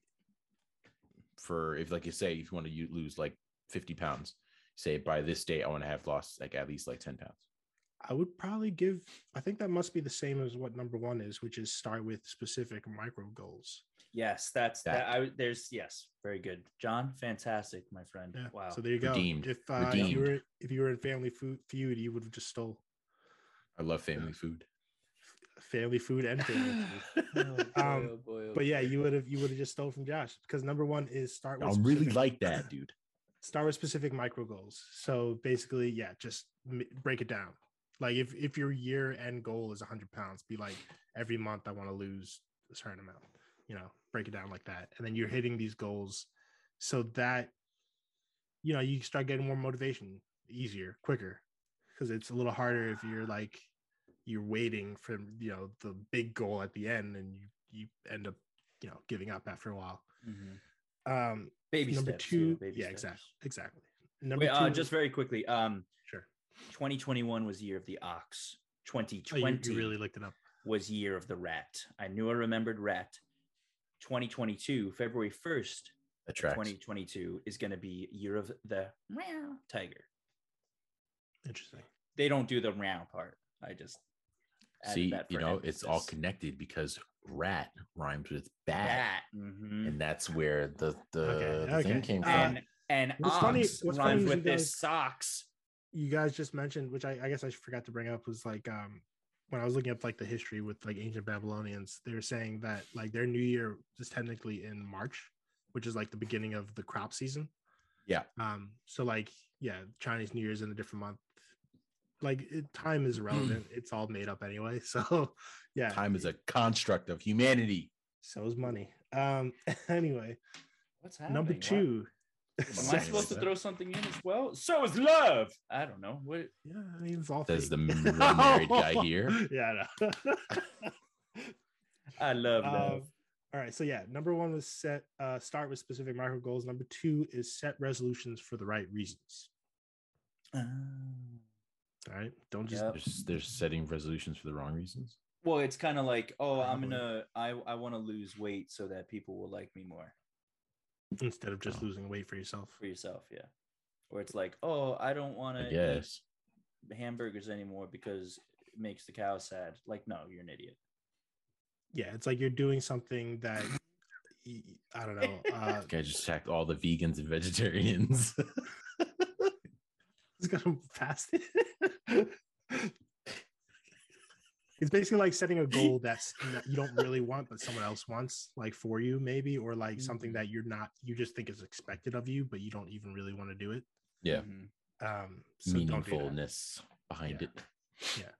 S3: for if like you say if you want to you lose like 50 pounds say by this date i want to have lost like at least like 10 pounds
S1: i would probably give i think that must be the same as what number one is which is start with specific micro goals
S2: yes, that's
S3: That.
S2: that. I would- there's yes, very good, John. Fantastic, my friend.
S1: yeah
S2: Wow.
S1: so there you go
S3: Redeemed.
S1: if uh if you
S3: Redeemed.
S1: were if you were in family Fu- feud you would have just stole
S3: i love family food
S1: family food and family Feud. Um,
S2: Oh,
S1: but yeah you would have you would have just stole from josh because number one is start with
S3: i'm really
S1: specific-
S3: like that dude
S1: start with specific micro goals so basically yeah just m- break it down like if if your year end goal is 100 pounds be like every month i want to lose a certain amount you know break it down like that and then you're hitting these goals so that you know you start getting more motivation easier quicker because it's a little harder if you're like you're waiting for you know the big goal at the end and you you end up you know giving up after a while
S2: Mhm.
S1: um
S2: baby
S1: number
S2: steps,
S1: two
S2: baby
S1: yeah
S2: steps.
S1: exactly exactly number
S2: Wait,
S1: two
S2: uh, just very quickly. Um,
S1: sure
S2: 2021 was the year of the ox.
S1: oh, you,
S2: 2020
S1: you really looked it up
S2: was year of the rat. I knew I remembered rat. 2022, February 1st,
S3: that tracks
S2: 2022 is going to be year of the meow tiger.
S1: interesting
S2: They don't do the meow part. I just added
S3: see
S2: that
S3: you
S2: for
S3: know it's all
S2: emphasis.
S3: connected because rat rhymes with bat,
S2: Bat. mhm.
S3: and that's where the the,
S1: Okay,
S3: the thing
S1: okay. Um,
S3: came from
S2: And and
S1: What's funny-
S2: ox
S1: what's funny
S2: rhymes
S1: is you
S2: with this
S1: guys-
S2: socks.
S1: you guys just mentioned which I, I guess i forgot to bring up was like um when i was looking up like the history with like ancient babylonians they were saying that like their new year is technically in march which is like the beginning of the crop season
S3: Yeah.
S1: um so like yeah chinese new year's in a different month like it, time is irrelevant it's all made up anyway so yeah
S3: time is a construct of humanity
S1: so is money um anyway
S2: What's happening?
S1: number
S2: Why-
S1: two
S2: Am I
S3: Something
S2: supposed to
S3: like that.
S2: throw something in as well? So is love. I don't know. What
S1: yeah I mean, it's all
S3: says the
S1: fake.
S3: married guy here
S1: yeah I know.
S2: I love
S1: Um,
S2: love.
S1: all right, so yeah, number one was set uh, start with specific micro goals. Number two is set resolutions for the right reasons.
S2: Ah.
S1: All right, don't just
S2: Yep.
S3: there's, there's setting resolutions for the wrong reasons
S2: Well, it's kind of like, oh, I'm
S1: Probably.
S2: gonna, I, I want to lose weight so that people will like me more
S1: instead of just
S3: Oh.
S1: losing weight for yourself.
S2: for yourself, yeah. Or it's like, oh, I don't want
S3: i
S2: to eat
S3: guess
S2: hamburgers anymore because it makes the cow sad. Like, no, you're an idiot.
S1: Yeah, it's like you're doing something that y- I don't know. Uh,
S3: Guy just attacked all the vegans and vegetarians.
S1: it's gonna fast. it's basically like setting a goal that's that you don't really want, but someone else wants, like for you maybe, or like something
S2: Mhm.
S1: that you're not, you just think is expected of you, but you don't even really want to do it.
S3: yeah,
S2: Mhm.
S1: Um, so don't do that.
S3: meaningfulness behind
S1: Yeah.
S3: it.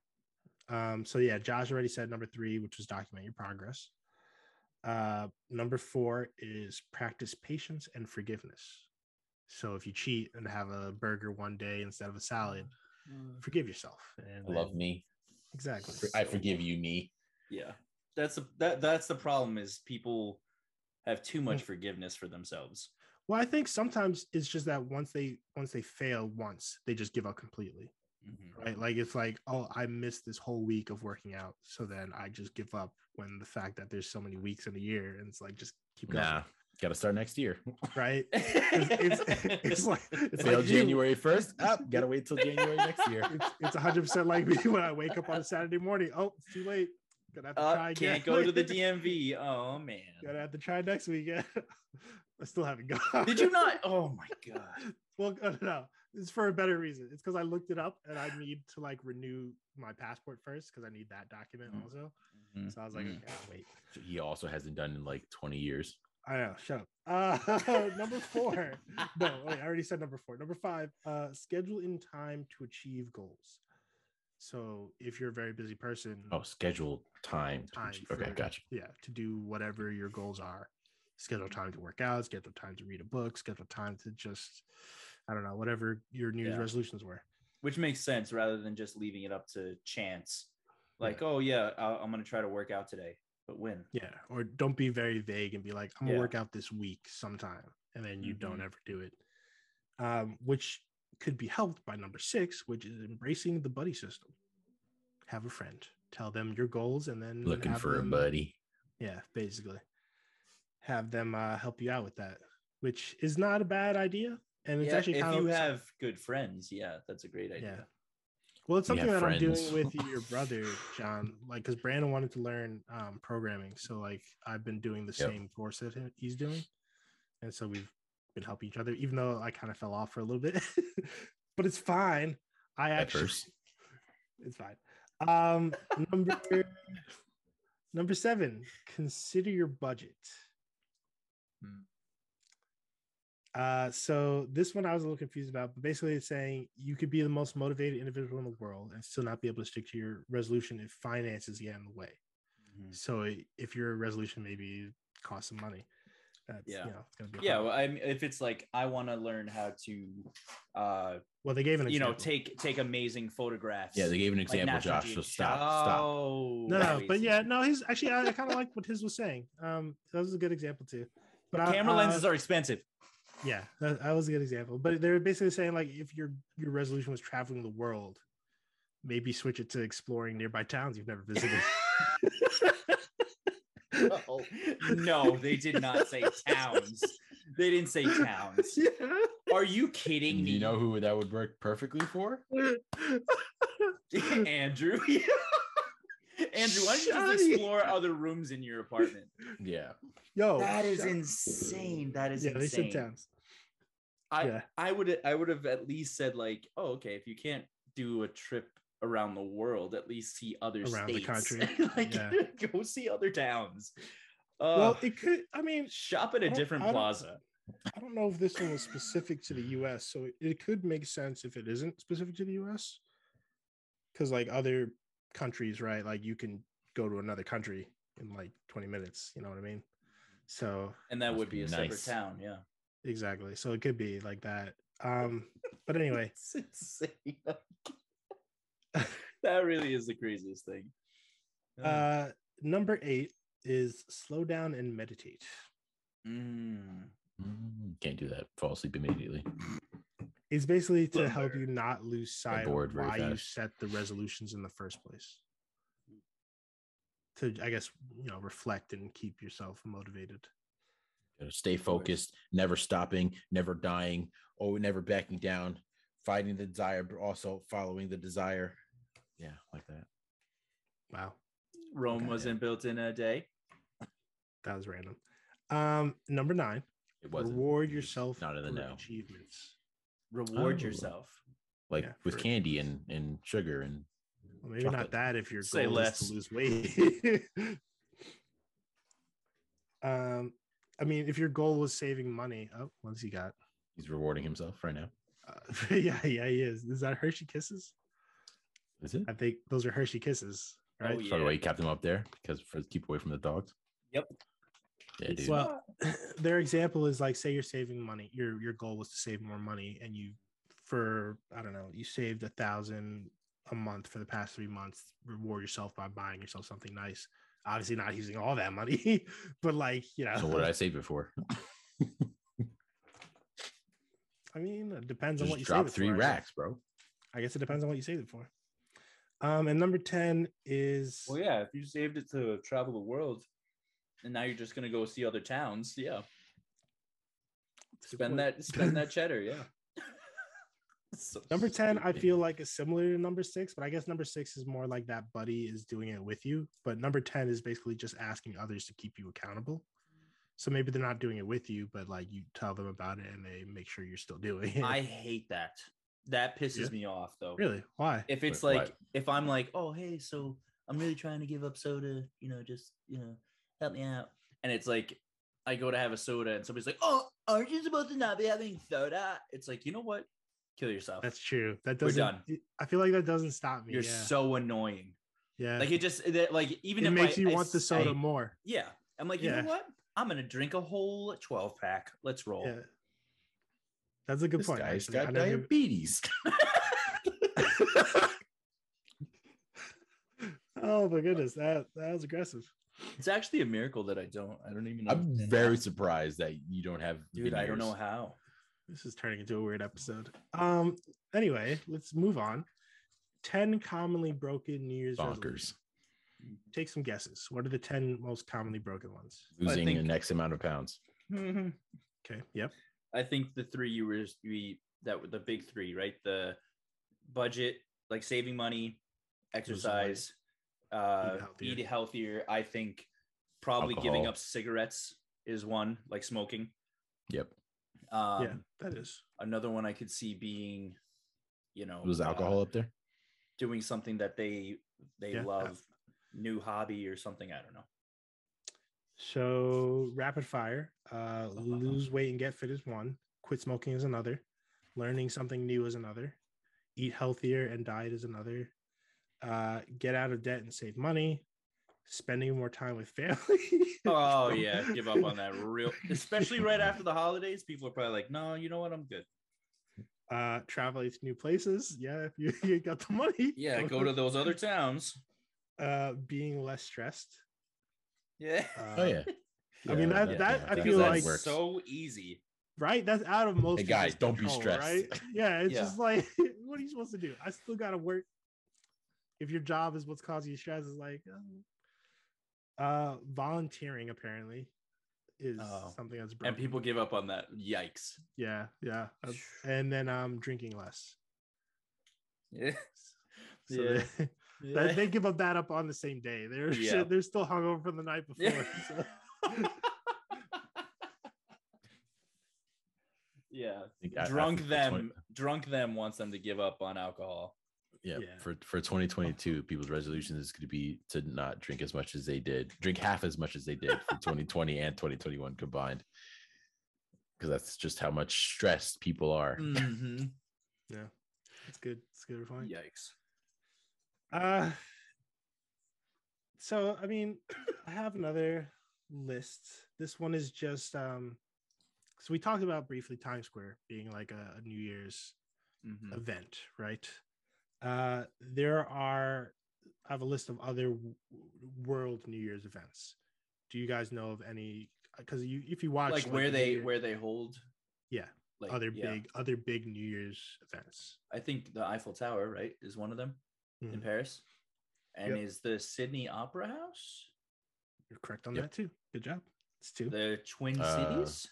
S1: Um, so yeah, Josh already said number three, which was document your progress. Uh, number four is practice patience and forgiveness. So if you cheat and have a burger one day instead of a salad, forgive yourself. And
S3: I love
S1: then-
S3: me.
S1: exactly.
S3: I forgive you, me.
S2: Yeah, that's the that that's the problem is people have too
S1: Mm.
S2: much forgiveness for themselves.
S1: Well, I think sometimes it's just that once they once they fail once, they just give up completely.
S2: Mhm.
S1: right? Like it's like, oh, I missed this whole week of working out, so then I just give up. When the fact that there's so many weeks in a year, and it's like just keep going,
S3: Nah, got to start next year.
S1: right? It's, it's, it's like it's
S3: Fail
S1: like you.
S3: January first. Up, got to wait till January next year.
S1: It's, it's 100% like me when I wake up on a Saturday morning. Oh, it's too late. Gonna have to
S2: Uh,
S1: try again.
S2: can't go to the
S1: later.
S2: DMV. Oh man,
S1: Gonna have to try next weekend. I still haven't gone.
S2: did you not? Oh my god.
S1: Well, no, no, no. It's for a better reason. It's because I looked it up and I need to like renew my passport first because I need that document
S2: Mm.
S1: also.
S2: Mhm.
S1: So I was like,
S2: Mhm.
S1: okay, I'll wait.
S3: He also hasn't done in like twenty years.
S1: I know. Shut up. Uh, number four. No, wait, I already said number four. Number five. Uh, schedule in time to achieve goals. So if you're a very busy person,
S3: Oh, schedule time. to
S1: Time
S3: achieve- okay,
S1: for-
S3: gotcha.
S1: yeah, to do whatever your goals are. Schedule time to work out. Schedule time to read a book. Schedule time to just, I don't know, whatever your New Year's
S2: Yeah.
S1: resolutions were.
S2: which makes sense rather than just leaving it up to chance. Like, oh yeah, I- I'm gonna try to work out today, but when?
S1: Yeah, or don't be very vague and be like, I'm gonna
S2: Yeah.
S1: work out this week sometime, and then you don't
S2: Mhm.
S1: ever do it. Um, which could be helped by number six, which is embracing the buddy system. Have a friend, tell them your goals, and then
S3: Looking
S1: have
S3: for a
S1: them-
S3: buddy.
S1: Yeah, basically, have them uh, help you out with that, which is not a bad idea, and it's
S2: Yeah,
S1: actually
S2: if
S1: kind
S2: you
S1: of
S2: have good friends, yeah, that's a great idea.
S1: well, it's
S3: We
S1: something that
S3: have
S1: I'm
S3: friends.
S1: doing with your brother, John. Like, because Brandon wanted to learn um, programming, so like I've been doing the
S3: Yep.
S1: same course that he- he's doing, and so we've been helping each other. Even though I kind of fell off for a little bit, but it's fine. I
S3: At
S1: actually,
S3: first.
S1: it's fine. Um, number number seven. Consider your budget.
S2: Hmm.
S1: Uh, so this one I was a little confused about, but basically it's saying you could be the most motivated individual in the world and still not be able to stick to your resolution if finances get in the way.
S2: Mhm.
S1: So i- if your resolution maybe costs some money, that's
S2: Yeah.
S1: you know, it's gonna be a
S2: Yeah,
S1: problem.
S2: well, I mean, if it's like I want to learn how to, uh,
S1: Well, they gave an
S2: you know,
S1: example.
S2: take take amazing photographs.
S3: Yeah, they gave an
S2: like
S3: example,
S2: National
S3: Josh. So
S2: Geographic.
S3: stop, stop.
S2: Oh,
S1: no, no,
S2: wait,
S1: but
S2: see.
S1: yeah, no, he's actually I, kind of like what his was saying. Um, that was a good example too. But I-
S2: camera
S1: uh,
S2: lenses are expensive.
S1: yeah that, that was a good example but they're basically saying like if your your resolution was traveling the world maybe switch it to exploring nearby towns you've never visited
S4: Oh,
S2: no, they did not say towns. They didn't say towns. Are you
S3: Do
S2: kidding me?
S3: you know who that would work perfectly for?
S2: Andrew. Andrew, why don't you just
S1: Shiny.
S2: explore other rooms in your apartment?
S3: Yeah.
S1: yo
S2: that is
S1: Oh, shut-
S2: insane. That is
S1: yeah they
S2: insane.
S1: said towns
S2: I
S1: yeah
S2: I would I would have at least said like, oh, okay, if you can't do a trip around the world, at least see other
S1: Around the
S2: states.
S1: country.
S2: like,
S1: Yeah.
S2: go see other towns.
S1: well
S2: Uh,
S1: it could i mean
S2: shop at
S1: I
S2: a
S1: don't-
S2: different
S1: I don't-
S2: plaza.
S1: i don't know if this one was specific to the us so it, it could make sense if it isn't specific to the us because like other countries right like you can go to another country in like 20 minutes you know what i mean so
S2: And that
S3: Must
S2: would
S3: be
S2: be a
S3: nice.
S2: separate town, yeah.
S1: Exactly. So it could be like that. Um, but anyway,
S2: It's insane. that really is the craziest thing. Uh,
S1: uh, number eight is slow down and meditate.
S2: mm.
S3: Mm, Can't do that. Fall asleep immediately.
S1: It's basically to
S2: Love
S1: help
S2: her.
S1: you not lose sight of
S3: bored very
S1: why you
S3: fast.
S1: set the resolutions in the first place. To, I guess, you know, reflect and keep yourself motivated.
S3: You know, stay focused, never stopping, never dying, or never backing down, fighting the desire, but also following the desire. Yeah, like that.
S1: Wow,
S2: Rome
S3: Okay.
S2: wasn't built in a day.
S1: that was random. Um, number nine,
S3: It wasn't
S1: reward
S3: it was
S1: yourself
S3: Not in the
S1: for
S3: know.
S1: achievements.
S2: Reward
S3: Oh.
S2: yourself.
S3: Like
S1: Yeah,
S3: with
S1: for-
S3: candy and and sugar and
S1: Well, maybe
S3: Chocolate.
S1: not that if your
S2: Say
S1: goal
S2: less.
S1: is to lose weight. um, I mean, if your goal was saving money, oh, once he got,
S3: he's rewarding himself right now.
S1: uh, yeah, yeah, he is. Is that Hershey Kisses?
S3: Is it?
S1: I think those are Hershey Kisses, right?
S2: Oh,
S3: By the
S2: yeah.
S3: way, you kept them up there because for keep away from the dogs.
S2: Yep.
S3: Yeah, dude.
S1: Well, their example is like, say you're saving money. Your your goal was to save more money, and you, for I don't know, you saved a thousand a month for the past three months. Reward yourself by buying yourself something nice. Obviously, not using all that money, but like you know,
S3: so what did I save it for?
S1: I mean, it depends on what
S3: Just
S1: you
S3: drop
S1: save it
S3: three
S1: for, I guess.
S3: racks, bro.
S1: I guess it depends on what you save it for. Um, and number ten is
S2: Well, yeah, if you saved it to travel the world, and now you're just gonna go see other towns, yeah.
S1: Good
S2: Spend
S1: point.
S2: that, spend that cheddar, yeah. So
S1: Number 10, I
S3: Stupid.
S1: feel like is similar to number six, but I guess number six is more like that buddy is doing it with you. But number 10 is basically just asking others to keep you accountable. So maybe they're not doing it with you, but like you tell them about it and they make sure you're still doing it.
S2: I hate that. That pisses
S1: Yeah.
S2: me off though.
S1: really why?
S2: If it's
S3: Wait,
S2: like
S3: what?
S2: if I'm like, oh hey, so I'm really trying to give up soda, you know, just you know, help me out. And it's like I go to have a soda and somebody's like, Oh, aren't you supposed to not be having soda? It's like, you know what? Kill yourself.
S1: That's true. That
S2: We're
S1: doesn't,
S2: done.
S1: it- I feel like that doesn't stop me.
S2: You're
S1: yeah.
S2: so annoying.
S1: yeah.
S2: Like it just that like even
S1: it
S2: if
S1: makes
S2: I-
S1: you
S2: I
S1: want the soda
S2: say-
S1: more.
S2: Yeah. I'm like, you
S1: Yeah.
S2: know what? I'm gonna drink a whole 12 pack. Let's roll.
S1: Yeah. That's a good
S3: this
S1: point.
S3: guy's
S1: actually. I
S3: got
S1: never-
S3: diabetes.
S1: oh my goodness. That, that was aggressive.
S2: It's actually a miracle that I don't. I don't even know.
S3: I'm very surprised that you don't have.
S2: dude, I don't know
S3: veneers.
S2: how.
S1: This is turning into a weird episode. Um. Anyway, let's move on. Ten commonly broken New Year's resolutions.
S3: Bonkers.
S1: Take some guesses. What are the ten most commonly broken ones?
S3: Losing
S2: think-
S3: an X amount of pounds.
S1: Okay. Yep.
S2: I think the three you were we that were the big three, right? The budget, like saving money, exercise, uh,
S1: healthier.
S2: eat, healthier. I think probably giving
S3: Alcohol.
S2: up cigarettes is one, like smoking.
S3: Yep.
S2: Um,
S1: yeah, that is.
S2: Another one I could see being, you
S1: Oh,
S2: know,
S3: Was
S2: uh,
S3: alcohol up there?
S2: doing something that they they
S1: Yeah,
S2: love, new hobby or something. I don't know.
S1: So rapid fire. Uh, lose weight and get fit is one. Quit smoking is another. Learning something new is another. Eat healthier and diet is another. Uh, get out of debt and save money. Spending more time with family.
S2: Oh yeah, give up on that real, especially right after the holidays. People are probably like, "No, you know what? I'm good."
S1: uh traveling to new places yeah if you, you got the money
S2: Yeah, go to those other towns.
S1: uh being less stressed
S2: Yeah,
S1: uh,
S3: Oh yeah.
S1: I mean, that- that I
S2: because
S1: feel
S2: that's
S1: like-
S3: works.
S2: so easy.
S1: right that's out of most
S3: Hey, guys,
S1: people's
S3: don't be
S1: control,
S3: stressed.
S1: right yeah it's
S2: Yeah.
S1: just like what are you supposed to do i still gotta work if your job is what's causing you stress it's like um, uh volunteering apparently is
S2: Oh.
S1: something that's
S2: And
S1: broken.
S2: people give up on that. Yikes.
S1: yeah yeah that's- and then um drinking less
S2: Yeah.
S1: so
S2: Yeah.
S1: they, they, they give up that up on the same day they're
S2: Yeah.
S1: they're still hungover from the night before
S2: Yeah.
S1: so-
S2: Yeah.
S3: I think- I- I
S2: drunk
S3: think for
S2: them.
S3: 20
S2: Drunk them wants them to give up on alcohol.
S3: yeah,
S1: Yeah.
S3: For for 2022, people's resolutions is going to be to not drink as much as they did, drink half as much as they did for 2020 and 2021 combined, because that's just how much stressed people are.
S1: Mm, Mm-hmm.
S2: Mhm.
S1: Yeah, it's good. It's good refine.
S2: Yikes.
S1: Uh, so I mean, I have another list. This one is just um, so we talked about briefly Times Square being like a, a New Year's
S2: Mhm.
S1: event, right? Uh, there are I have a list of other w- w- world New Year's events. Do you guys know of any? Because you, if you watch
S2: Like
S1: the
S2: where
S1: New
S2: they
S1: Year-
S2: where they hold.
S1: Yeah,
S2: Like
S1: other
S2: yeah.
S1: big other big New Year's events.
S2: I think the Eiffel Tower, right, is one of them in
S1: Mhm.
S2: Paris, and
S1: Yep.
S2: is the Sydney Opera House
S1: You're correct on
S3: Yep.
S1: that too. Good job. It's two.
S2: the Twin
S3: Uh,
S2: Cities?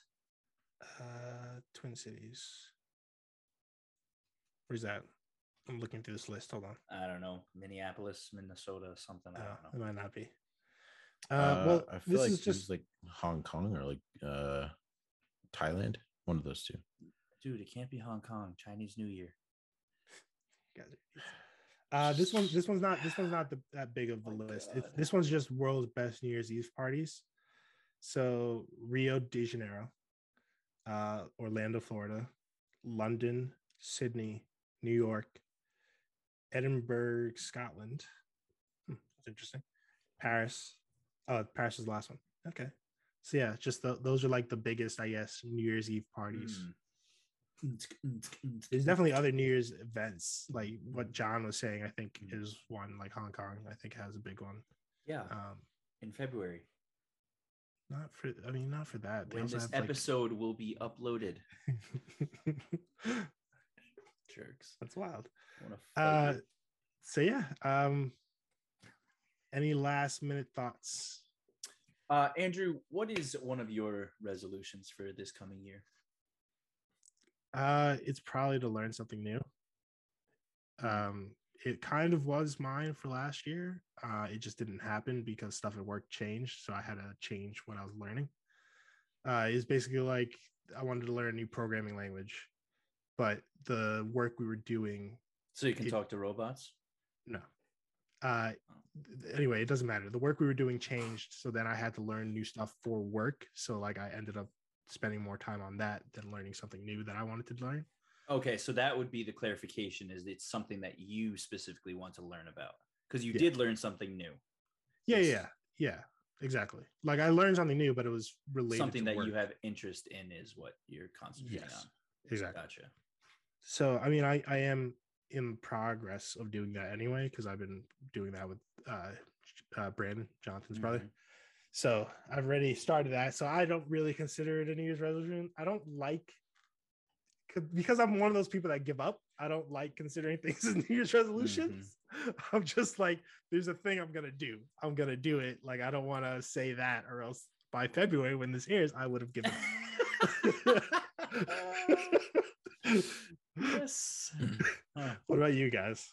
S1: Uh, Twin Cities. Where's that? I'm looking through this list. Hold on.
S2: I don't know, Minneapolis, Minnesota, something. I
S1: Uh,
S2: don't know.
S1: it might not be. Uh,
S3: Uh,
S1: well,
S3: I feel
S1: this
S3: like
S1: is just
S3: like Hong Kong or like uh, Thailand, one of those two.
S2: Dude, it can't be Hong Kong. Chinese New Year.
S1: uh, this one. This one's not. This one's not the, that big of the
S2: Oh my
S1: list. It's,
S2: God.
S1: this one's just world's best New Year's Eve parties. So Rio de Janeiro, uh, Orlando, Florida, London, Sydney, New York, Edinburgh, Scotland. Hmm, that's interesting. Paris. Oh, Paris is the last one. Okay. So yeah, just tho- those are like the biggest, I guess, New Year's Eve parties.
S2: Hmm.
S1: There's definitely other New Year's events, like what John was saying. I think
S2: Mm.
S1: is one like Hong Kong. I think has a big one.
S2: Yeah,
S1: Um,
S2: in February
S1: not for. I mean, not uh, for that. They
S2: when
S1: also
S2: this
S1: have, like-
S2: episode will be uploaded. Jerks.
S1: That's wild.
S2: Wanna fight
S1: Uh,
S2: you.
S1: so yeah. Um, any last minute thoughts?
S2: uh, Andrew, what is one of your resolutions for this coming year?
S1: Uh, it's probably to learn something new. Um, it kind of was mine for last year. Uh, it just didn't happen because stuff at work changed, so I had to change what I was learning. Uh, it's basically like I wanted to learn a new programming language, but the work we were doing,
S2: So you can
S1: It-
S2: talk to robots.
S1: no. Uh, th- anyway, it doesn't matter. The work we were doing changed, so then I had to learn new stuff for work. So like I ended up spending more time on that than learning something new that I wanted to learn.
S2: Okay, so that would be the clarification: is it's something that you specifically want to learn about because you
S1: Yeah.
S2: did learn something new,
S1: yeah
S2: It's-
S1: yeah yeah exactly like i learned something new but it was related
S2: something
S1: to
S2: that you
S1: work.
S2: have interest in, is what you're concentrating
S1: Yes,
S2: on.
S1: exactly
S2: Gotcha.
S1: so i mean i i am in progress of doing that anyway because i've been doing that with uh, uh brandon jonathan's brother
S2: Mhm.
S1: so i've already started that so i don't really consider it a new year's resolution i don't like c- because i'm one of those people that give up i don't like considering things as new year's resolutions i'm just like there's a thing i'm gonna do i'm gonna do it like i don't want to say that or else by february when this airs i would have given up
S2: yes. Huh.
S1: what about you guys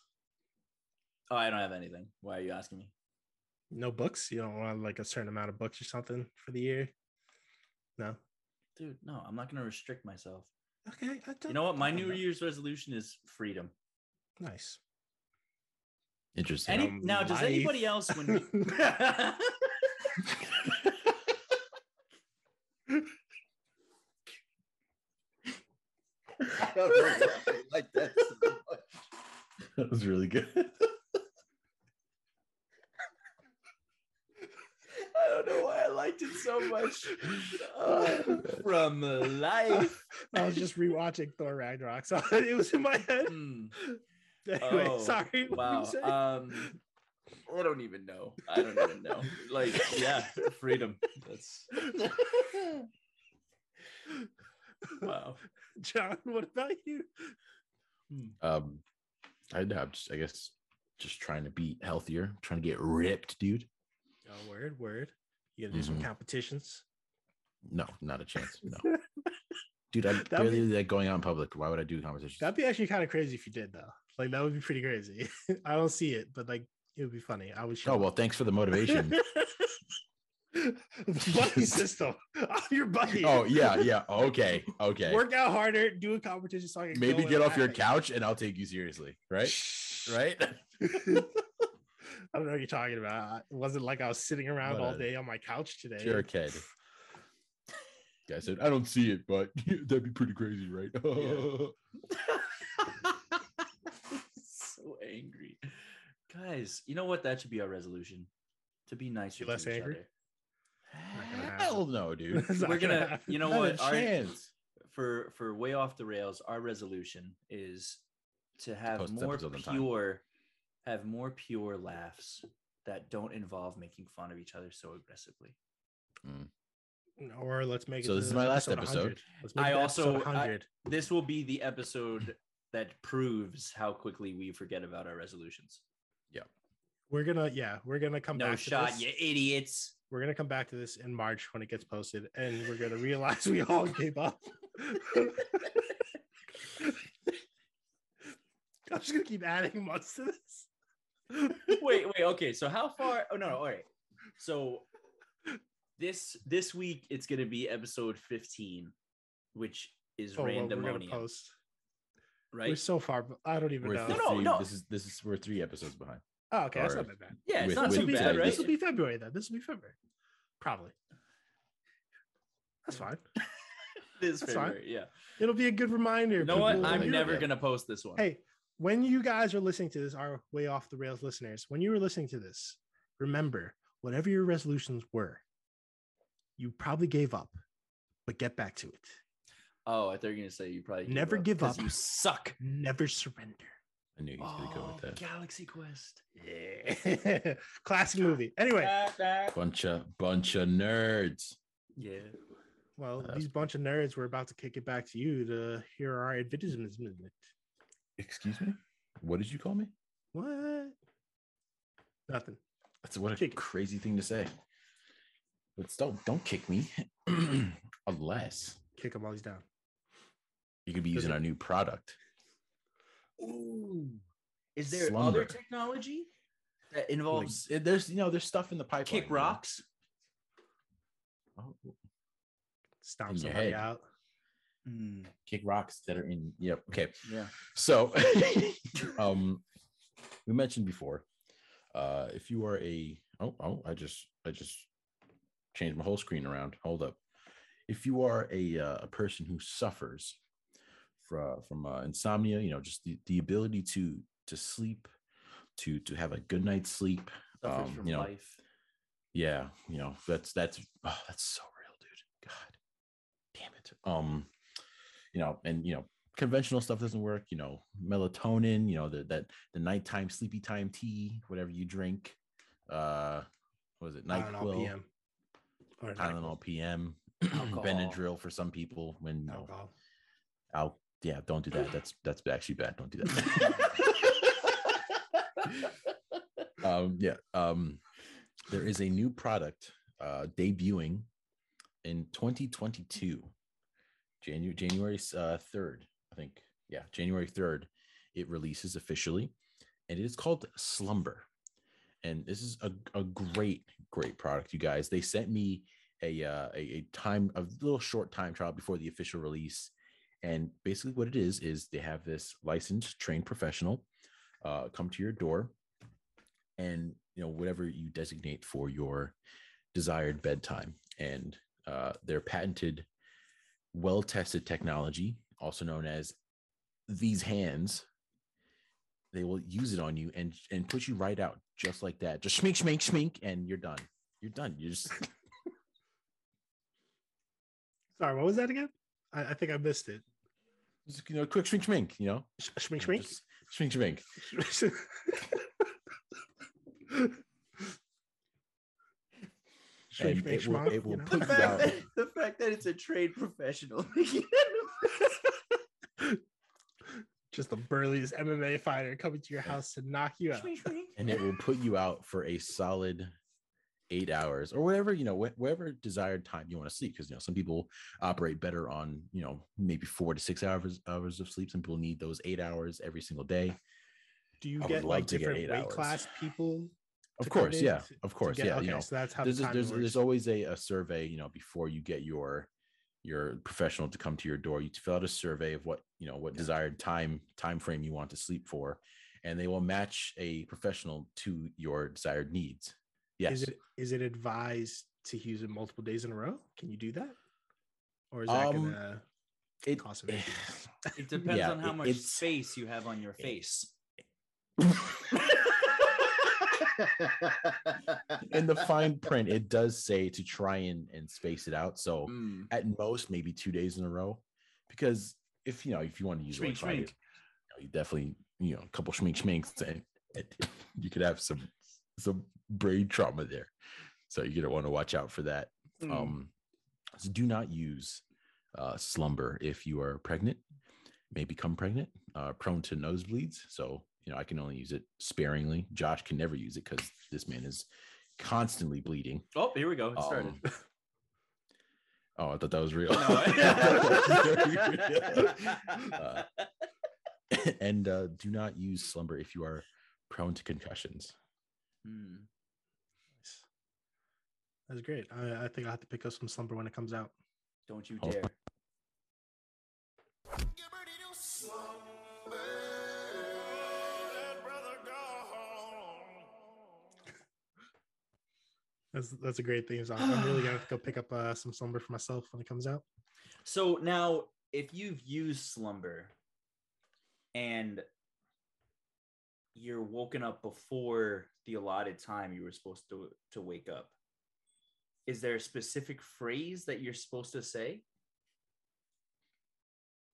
S2: Oh, I don't have anything. Why are you asking me?
S1: no books you don't want like a certain amount of books or something for the year no
S2: Dude, no, I'm not going to restrict myself.
S1: okay I don't,
S2: You know what? My
S1: I don't
S2: New
S1: know.
S2: Year's resolution is freedom.
S1: nice
S3: Interesting.
S2: Any,
S1: From
S2: now, does
S1: life.
S2: anybody else when we,
S4: I don't know why I like that. so much.
S3: that was really good.
S2: I don't know why I liked it so much. Uh, from life.
S1: I was just rewatching Thor Ragnarok, so it was in my head.
S2: Hmm.
S1: Anyway,
S2: Oh,
S1: sorry. what were
S2: Wow.
S1: you saying?
S2: Um, I don't even know. I don't even know. Like, yeah, freedom. That's wow.
S1: John, what about you?
S3: Um, I, I'm just, I guess, just trying to be healthier, trying to get ripped, dude.
S1: Oh, word, word. You gotta do some
S3: Mhm.
S1: competitions.
S3: No, not a chance. No, dude, I
S1: That'd
S3: barely
S1: be-
S3: like going out in public. Why would I do competitions?
S1: That'd be actually kind of crazy if you did, though. Like that would be pretty crazy. I don't see it, but like it would be funny. I would. show
S3: oh
S1: up.
S3: well, thanks for the motivation.
S1: buddy system. I'm your buddy.
S3: oh yeah, yeah. Okay, okay.
S1: Work out harder. Do a competition. So I can
S3: Maybe
S1: go
S3: get
S1: and
S3: off your
S1: laugh at
S3: couch and I'll take you seriously. Right,
S1: you.
S3: right.
S1: I don't know what you're talking about. It wasn't like I was sitting around
S3: What
S1: all
S3: a
S1: day on my couch today.
S3: Jerkhead. Guy said, I don't see it, but that'd be pretty crazy, right?
S2: so angry. Guys, you know what? That should be our resolution to be nicer
S1: Be less
S2: to each
S1: angry?
S2: other.
S1: Not gonna happen.
S3: Hell no, dude.
S1: It's not
S2: We're gonna-
S1: happen.
S2: you know
S3: Not a
S2: what, our-
S3: chance.
S2: For for way off the rails, our resolution is to have
S3: post this
S2: more
S3: episode on time.
S2: pure have more pure laughs that don't involve making fun of each other so aggressively.
S1: Or let's make it.
S3: So
S1: to
S3: this is my last
S1: 100.
S3: episode.
S1: Let's make
S2: I
S1: it to
S2: also-
S1: episode 100.
S2: This will be the episode that proves how quickly we forget about our resolutions.
S1: we're gonna yeah we're gonna come
S2: no
S1: back to
S2: shot,
S1: this.
S2: you idiots.
S1: We're gonna come back to this in March when it gets posted, and we're gonna realize we all gave up. I'm just gonna keep adding months to this.
S2: wait, wait, okay. So how far? Oh no, no, all right. So this this week it's gonna be episode 15, which is
S1: Oh, well, we're gonna
S2: randomonium,
S1: post. We're
S2: right?
S1: so far. I don't even
S3: We're
S1: know.
S3: three,
S2: No, no, no.
S3: This is this is we're three episodes behind.
S1: Oh, okay, that's
S3: Or-
S1: not that bad.
S2: Yeah, it's
S3: with-
S2: not
S1: This will,
S3: with
S2: too
S1: be,
S2: bad,
S3: February.
S2: right?
S1: this will be February then. This will be February, probably. That's fine.
S2: This
S1: that's fine.
S2: February, yeah.
S1: It'll be a good reminder.
S2: You know what?
S1: people,
S3: People
S2: I'm
S3: like
S1: you
S2: never
S3: that.
S2: gonna post this one.
S1: Hey, when you guys are listening to this, our way off the rails listeners, when you were listening to this, remember whatever your resolutions were, you probably gave up, but get back to it.
S2: Oh, I thought you were gonna say you probably gave
S1: Never give
S2: 'cause
S1: up.
S2: You suck.
S1: Never surrender.
S3: I knew he was gonna go with
S2: Oh,
S3: that.
S2: Galaxy Quest.
S1: Yeah. Classic movie. Anyway,
S3: Bunch of bunch of nerds.
S2: Yeah.
S1: well,
S2: Uh,
S1: these bunch of nerds were about to kick it back to you to hear our advertisements.
S3: Excuse me. What did you call me?
S1: What? Nothing.
S3: That's what a
S1: Kick it.
S3: crazy thing to say. But don't don't kick me unless
S1: Kick him while he's down.
S3: you could be
S1: Does
S3: using
S1: it-
S3: our new product.
S2: Ooh. Is there
S3: Slumber.
S2: other technology that involves
S3: Like, there's you know there's stuff in the pipeline.
S2: kick
S3: you know?
S2: rocks?
S3: Oh, In
S1: Stomp
S3: your
S1: somebody
S3: head.
S1: out.
S2: Mm,
S3: kick rocks that are in. Yep. Okay.
S2: yeah.
S3: So, um, we mentioned before, uh, if you are a oh oh I just I just changed my whole screen around. Hold up, if you are a uh, a person who suffers from from uh, insomnia, you know, just the, the ability to to sleep, to to have a good night's sleep.
S2: Suffers
S3: Um,
S2: from
S3: you know,
S2: life.
S3: Yeah, you know that's that's oh, that's so real, dude. God, damn it. Um, you know, and you know, conventional stuff doesn't work. You know, melatonin. You know the, that the nighttime sleepy time tea, whatever you drink. Uh, what was it
S1: Tylenol
S3: Nyquil,
S1: PM. Or
S3: Tylenol PM,
S2: Alcohol.
S3: Benadryl for some people. When you
S1: Nyquil.
S3: know,
S1: Alcohol.
S3: I'll yeah, don't do that. That's that's actually bad. Don't do that. um, yeah. Um, there is a new product uh, debuting in 2022, January January uh, 3rd, I think. Yeah, January 3rd. It releases officially, and it is called Slumber. And this is a, a great, great product, you guys. They sent me a, uh, a a time a little short time trial before the official release, and basically, what it is is they have this licensed, trained professional uh, come to your door, and you know whatever you designate for your desired bedtime, and uh, their patented, well-tested technology, also known as these hands. They will use it on you and and put you right out just like that. Just shmink, shmink, shmink, and you're done. You're done. You just
S1: Sorry, what was that again? I, I think I missed it.
S3: just, you know quick shmink, shmink. You know
S1: Sh- Shmink, shmink.
S3: Just shmink, shmink.
S1: Shmink,
S3: And it
S1: shmink,
S3: will-
S1: shmonk,
S3: it will
S1: you know?
S3: put
S2: The
S3: you out.
S2: fact, that, the fact that it's a trade professional.
S1: just the burliest MMA fighter coming to your house to knock you out.
S3: and it will put you out for a solid eight hours or whatever you know wh- whatever desired time you want to sleep because you know some people operate better on you know maybe four to six hours hours of sleep some people need those eight hours every single day
S1: Do you
S3: I would
S1: get
S3: love
S1: like
S3: to get
S1: different
S3: eight
S1: weight
S3: hours.
S1: class people?
S3: of
S1: To come
S3: course
S1: in
S3: yeah
S1: to-
S3: of
S1: to
S3: course
S1: get-
S3: yeah
S1: okay,
S3: you know
S1: so that's how
S3: there's,
S1: the
S3: a-
S1: time
S3: there's,
S1: works.
S3: there's always a, a survey you know before you get your your professional to come to your door you fill out a survey of what you know what desired time time frame you want to sleep for and they will match a professional to your desired needs yes
S1: Is it is it advised to use it multiple days in a row? Can you do that? Or is that
S3: Um,
S1: gonna
S3: it,
S1: cost of entry.
S2: It depends
S3: Yeah,
S2: on how
S3: it-
S2: much
S3: it's-
S2: space you have on your face.
S3: in the fine print it does say to try and, and space it out so
S2: Mm.
S3: at most maybe two days in a row because if you know if you want to use like
S2: Shmink,
S3: five
S2: shmink.
S3: days, you, know, you definitely you know a couple schmink schminks and it- you could have some some brain trauma there so you're gonna want to watch out for that
S2: Hmm.
S3: um so do not use uh slumber if you are pregnant may become pregnant uh prone to nosebleeds so you know i can only use it sparingly josh can never use it because this man is constantly bleeding
S2: oh, here we go. It started.
S3: um, oh, I thought that was real.
S2: No,
S3: Uh,
S2: I-
S3: and uh, do not use slumber if you are prone to concussions.
S2: Mm.
S1: That's great. I, I think I'll have to pick up some slumber when it comes out.
S2: Don't you
S3: Oh.
S2: dare.
S1: That's that's a great thing. So I'm I'm really gonna have to go pick up uh, some slumber for myself when it comes out.
S2: So now, if you've used slumber and you're woken up before the allotted time you were supposed to to wake up is there a specific phrase that you're supposed to say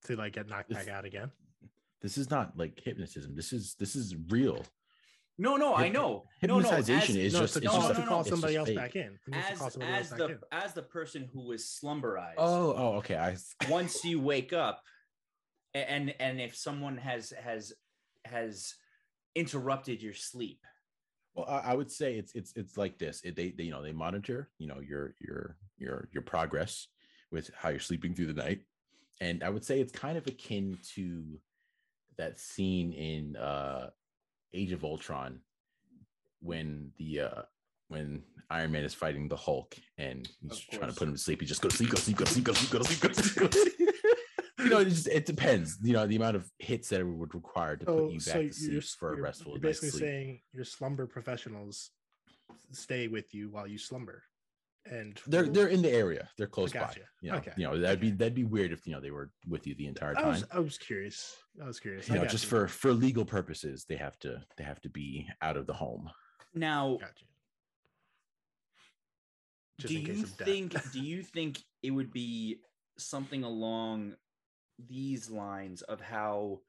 S1: to like get knocked back out again.
S3: This is not like hypnotism. This is this is real.
S2: no no i
S3: Hypno-
S2: know no no as,
S3: Hypnotization is
S1: no,
S3: just
S1: to
S3: it's
S1: call,
S3: just
S2: no,
S1: to
S3: a-
S2: no,
S1: call
S3: it's just
S1: somebody else
S3: fake.
S1: back in. It means to
S2: as,
S1: call somebody
S2: as
S1: else back
S2: the as the person who was slumberized
S3: Oh, oh, okay. I
S2: once you wake up a- and and if someone has has has interrupted your sleep
S3: Well, I, I would say it's it's it's like this. It, they, they you know they monitor you know your your your your progress with how you're sleeping through the night, and I would say it's kind of akin to that scene in uh, Age of Ultron when the uh, when Iron Man is fighting the Hulk and he's
S2: Of
S3: trying to
S2: course.
S3: put him to sleep. He just goes sleep, go to sleep, go to sleep, go to sleep, go to sleep, go to sleep. Go to sleep. You know, it, just, it depends. You know, the amount of hits that it would require to
S1: Oh,
S3: put you back
S1: so
S3: to sleep
S1: you're,
S3: for a
S1: you're-
S3: restful
S1: you're
S3: night's
S1: basically
S3: sleep.
S1: saying your slumber professionals stay with you while you slumber, and
S3: they're
S1: will-
S3: they're in the area. They're close
S1: gotcha.
S3: by. You know,
S1: Okay.
S3: you know that'd be that'd be weird if you know they were with you the entire
S1: I
S3: time.
S1: was, I was curious. I was curious.
S3: you
S1: I
S3: know,
S1: got
S3: just for for legal purposes, they have to they have to be out of the home.
S2: now
S1: Gotcha.
S2: do you think do you think it would be something along these lines of how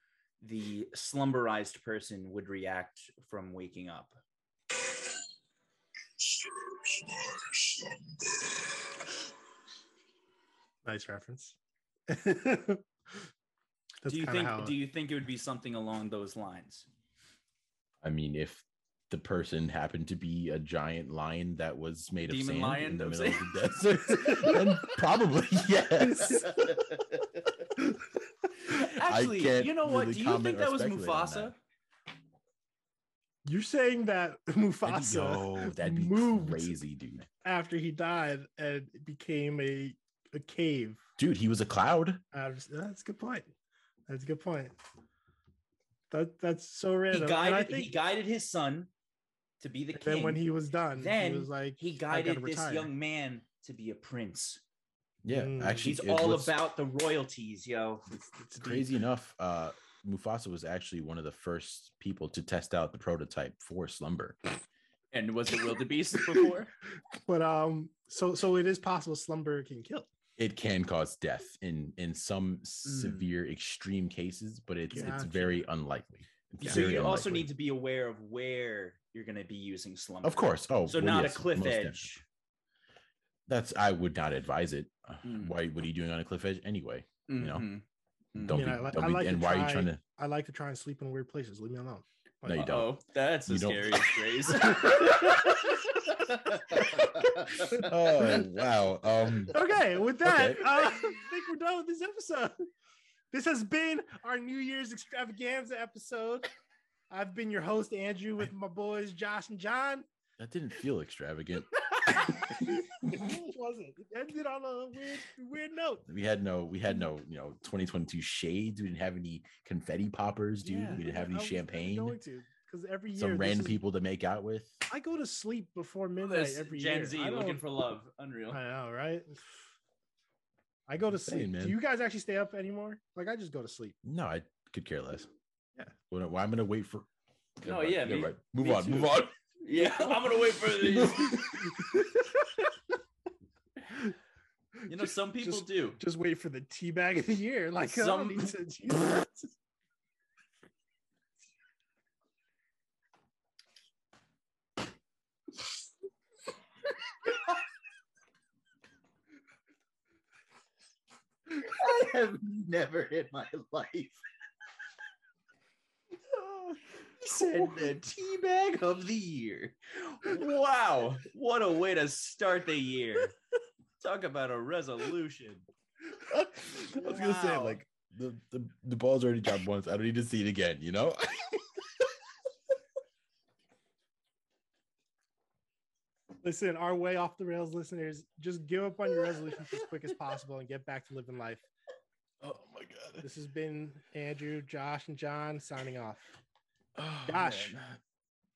S2: the slumberized person would react from waking up
S1: nice reference? That's
S2: do you
S1: kinda
S2: think
S1: how-
S2: do you think it would be something along those lines
S3: I mean, if the person happened to be a giant lion that was made of
S2: Demon
S3: sand in
S2: lion,
S3: the
S2: I'm
S3: middle of the desert, then probably yes.
S2: actually
S3: can't
S2: you know what
S3: really
S2: do you
S3: comment
S2: think
S3: or
S2: that was
S3: speculate on
S2: mufasa
S3: that.
S1: you're saying that
S3: That'd be,
S1: Mufasa
S3: oh, that'd be
S1: moved.
S3: crazy, dude.
S1: after he died and became a a cave?
S3: Dude, he was a cloud.
S1: out of- that's a good point. That's a good point. That that's so
S2: he
S1: random. And I
S2: guided
S1: think
S2: he guided his son to be the
S1: and
S2: king
S1: then when he was done,
S2: Then
S1: he was like
S2: he
S1: "I gotta
S2: guided this
S1: retire."
S2: young man to be a prince
S3: Yeah,
S1: Mm.
S3: actually,
S2: he's
S3: it
S2: all
S3: was-
S2: about the royalties yo
S1: It's, it's deep.
S3: crazy enough, uh, Mufasa was actually one of the first people to test out the prototype for slumber.
S2: and was it wildebeest before
S1: But um, so so it is possible slumber can kill.
S3: It can cause death in in some severe, extreme cases, but it's it's
S1: Gotcha.
S3: very unlikely. It's
S2: So
S3: very
S2: you also
S3: unlikely.
S2: need to be aware of where you're going to be using slumber.
S3: of course. Oh,
S2: So
S3: well,
S2: not
S3: yes,
S2: a cliff
S3: most
S2: edge.
S3: definitely. That's I would not advise it. Uh,
S2: Mm.
S3: Why? What are you doing on a cliff edge anyway? You know?
S2: Mhm. Mhm.
S3: Don't
S1: mean, I
S3: be.
S1: li-
S3: don't
S1: I
S3: be
S1: like to
S3: and why are
S1: try-
S3: you trying to?
S1: I like to try and sleep in weird places. Leave me alone.
S3: No, you don't.
S2: Uh-oh, That's
S3: You
S2: a
S3: don't.
S2: scary phrase.
S3: Oh wow. Um.
S1: Okay, with that,
S3: Okay.
S1: uh, I think we're done with this episode. This has been our New Year's extravaganza episode. I've been your host, Andrew, with my boys Josh and John.
S3: That didn't feel extravagant.
S1: it wasn't. It ended on a weird, weird note.
S3: We had no, we had no, you know, 2022 shades. We didn't have any confetti poppers, dude.
S2: Yeah,
S3: we didn't have
S1: I
S3: any
S1: was
S3: champagne.
S1: Going to because every year
S3: Some
S1: this
S3: random
S1: is-
S3: people to make out with.
S1: I go to sleep before midnight
S2: This
S1: every
S2: Gen
S1: year.
S2: Z
S1: I
S2: looking
S1: don't-
S2: for love. Unreal.
S1: I know, right? I go to
S3: Just saying,
S1: sleep.
S3: man.
S1: Do you guys actually stay up anymore? Like I just go to sleep.
S3: No, I could care less.
S1: Yeah.
S3: Well, no, I'm gonna wait for.
S2: No,
S3: Never mind,
S2: yeah,
S3: never
S2: me-
S3: mind. Move
S2: me
S3: on.
S2: too.
S3: Move on.
S2: Yeah, I'm gonna wait for these. You know,
S1: Just-
S2: some people
S1: just-
S2: do.
S1: just wait for the tea bag of the year. Like
S2: Some-
S1: some. I don't need to, Jesus.
S4: I have never in my life
S2: Said the tea bag of the year. Wow, what a way to start the year. Talk about a resolution.
S3: I was gonna say
S2: Wow.
S3: like the, the the ball's already dropped once. I don't need to see it again. You know.
S1: Listen, our way off the rails listeners, just give up on your resolutions as quick as possible and get back to living life.
S3: oh my god.
S1: This has been Andrew, Josh, and John signing off.
S3: Oh,
S1: Gosh.
S3: man.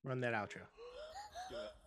S1: Run that outro.
S2: Do it.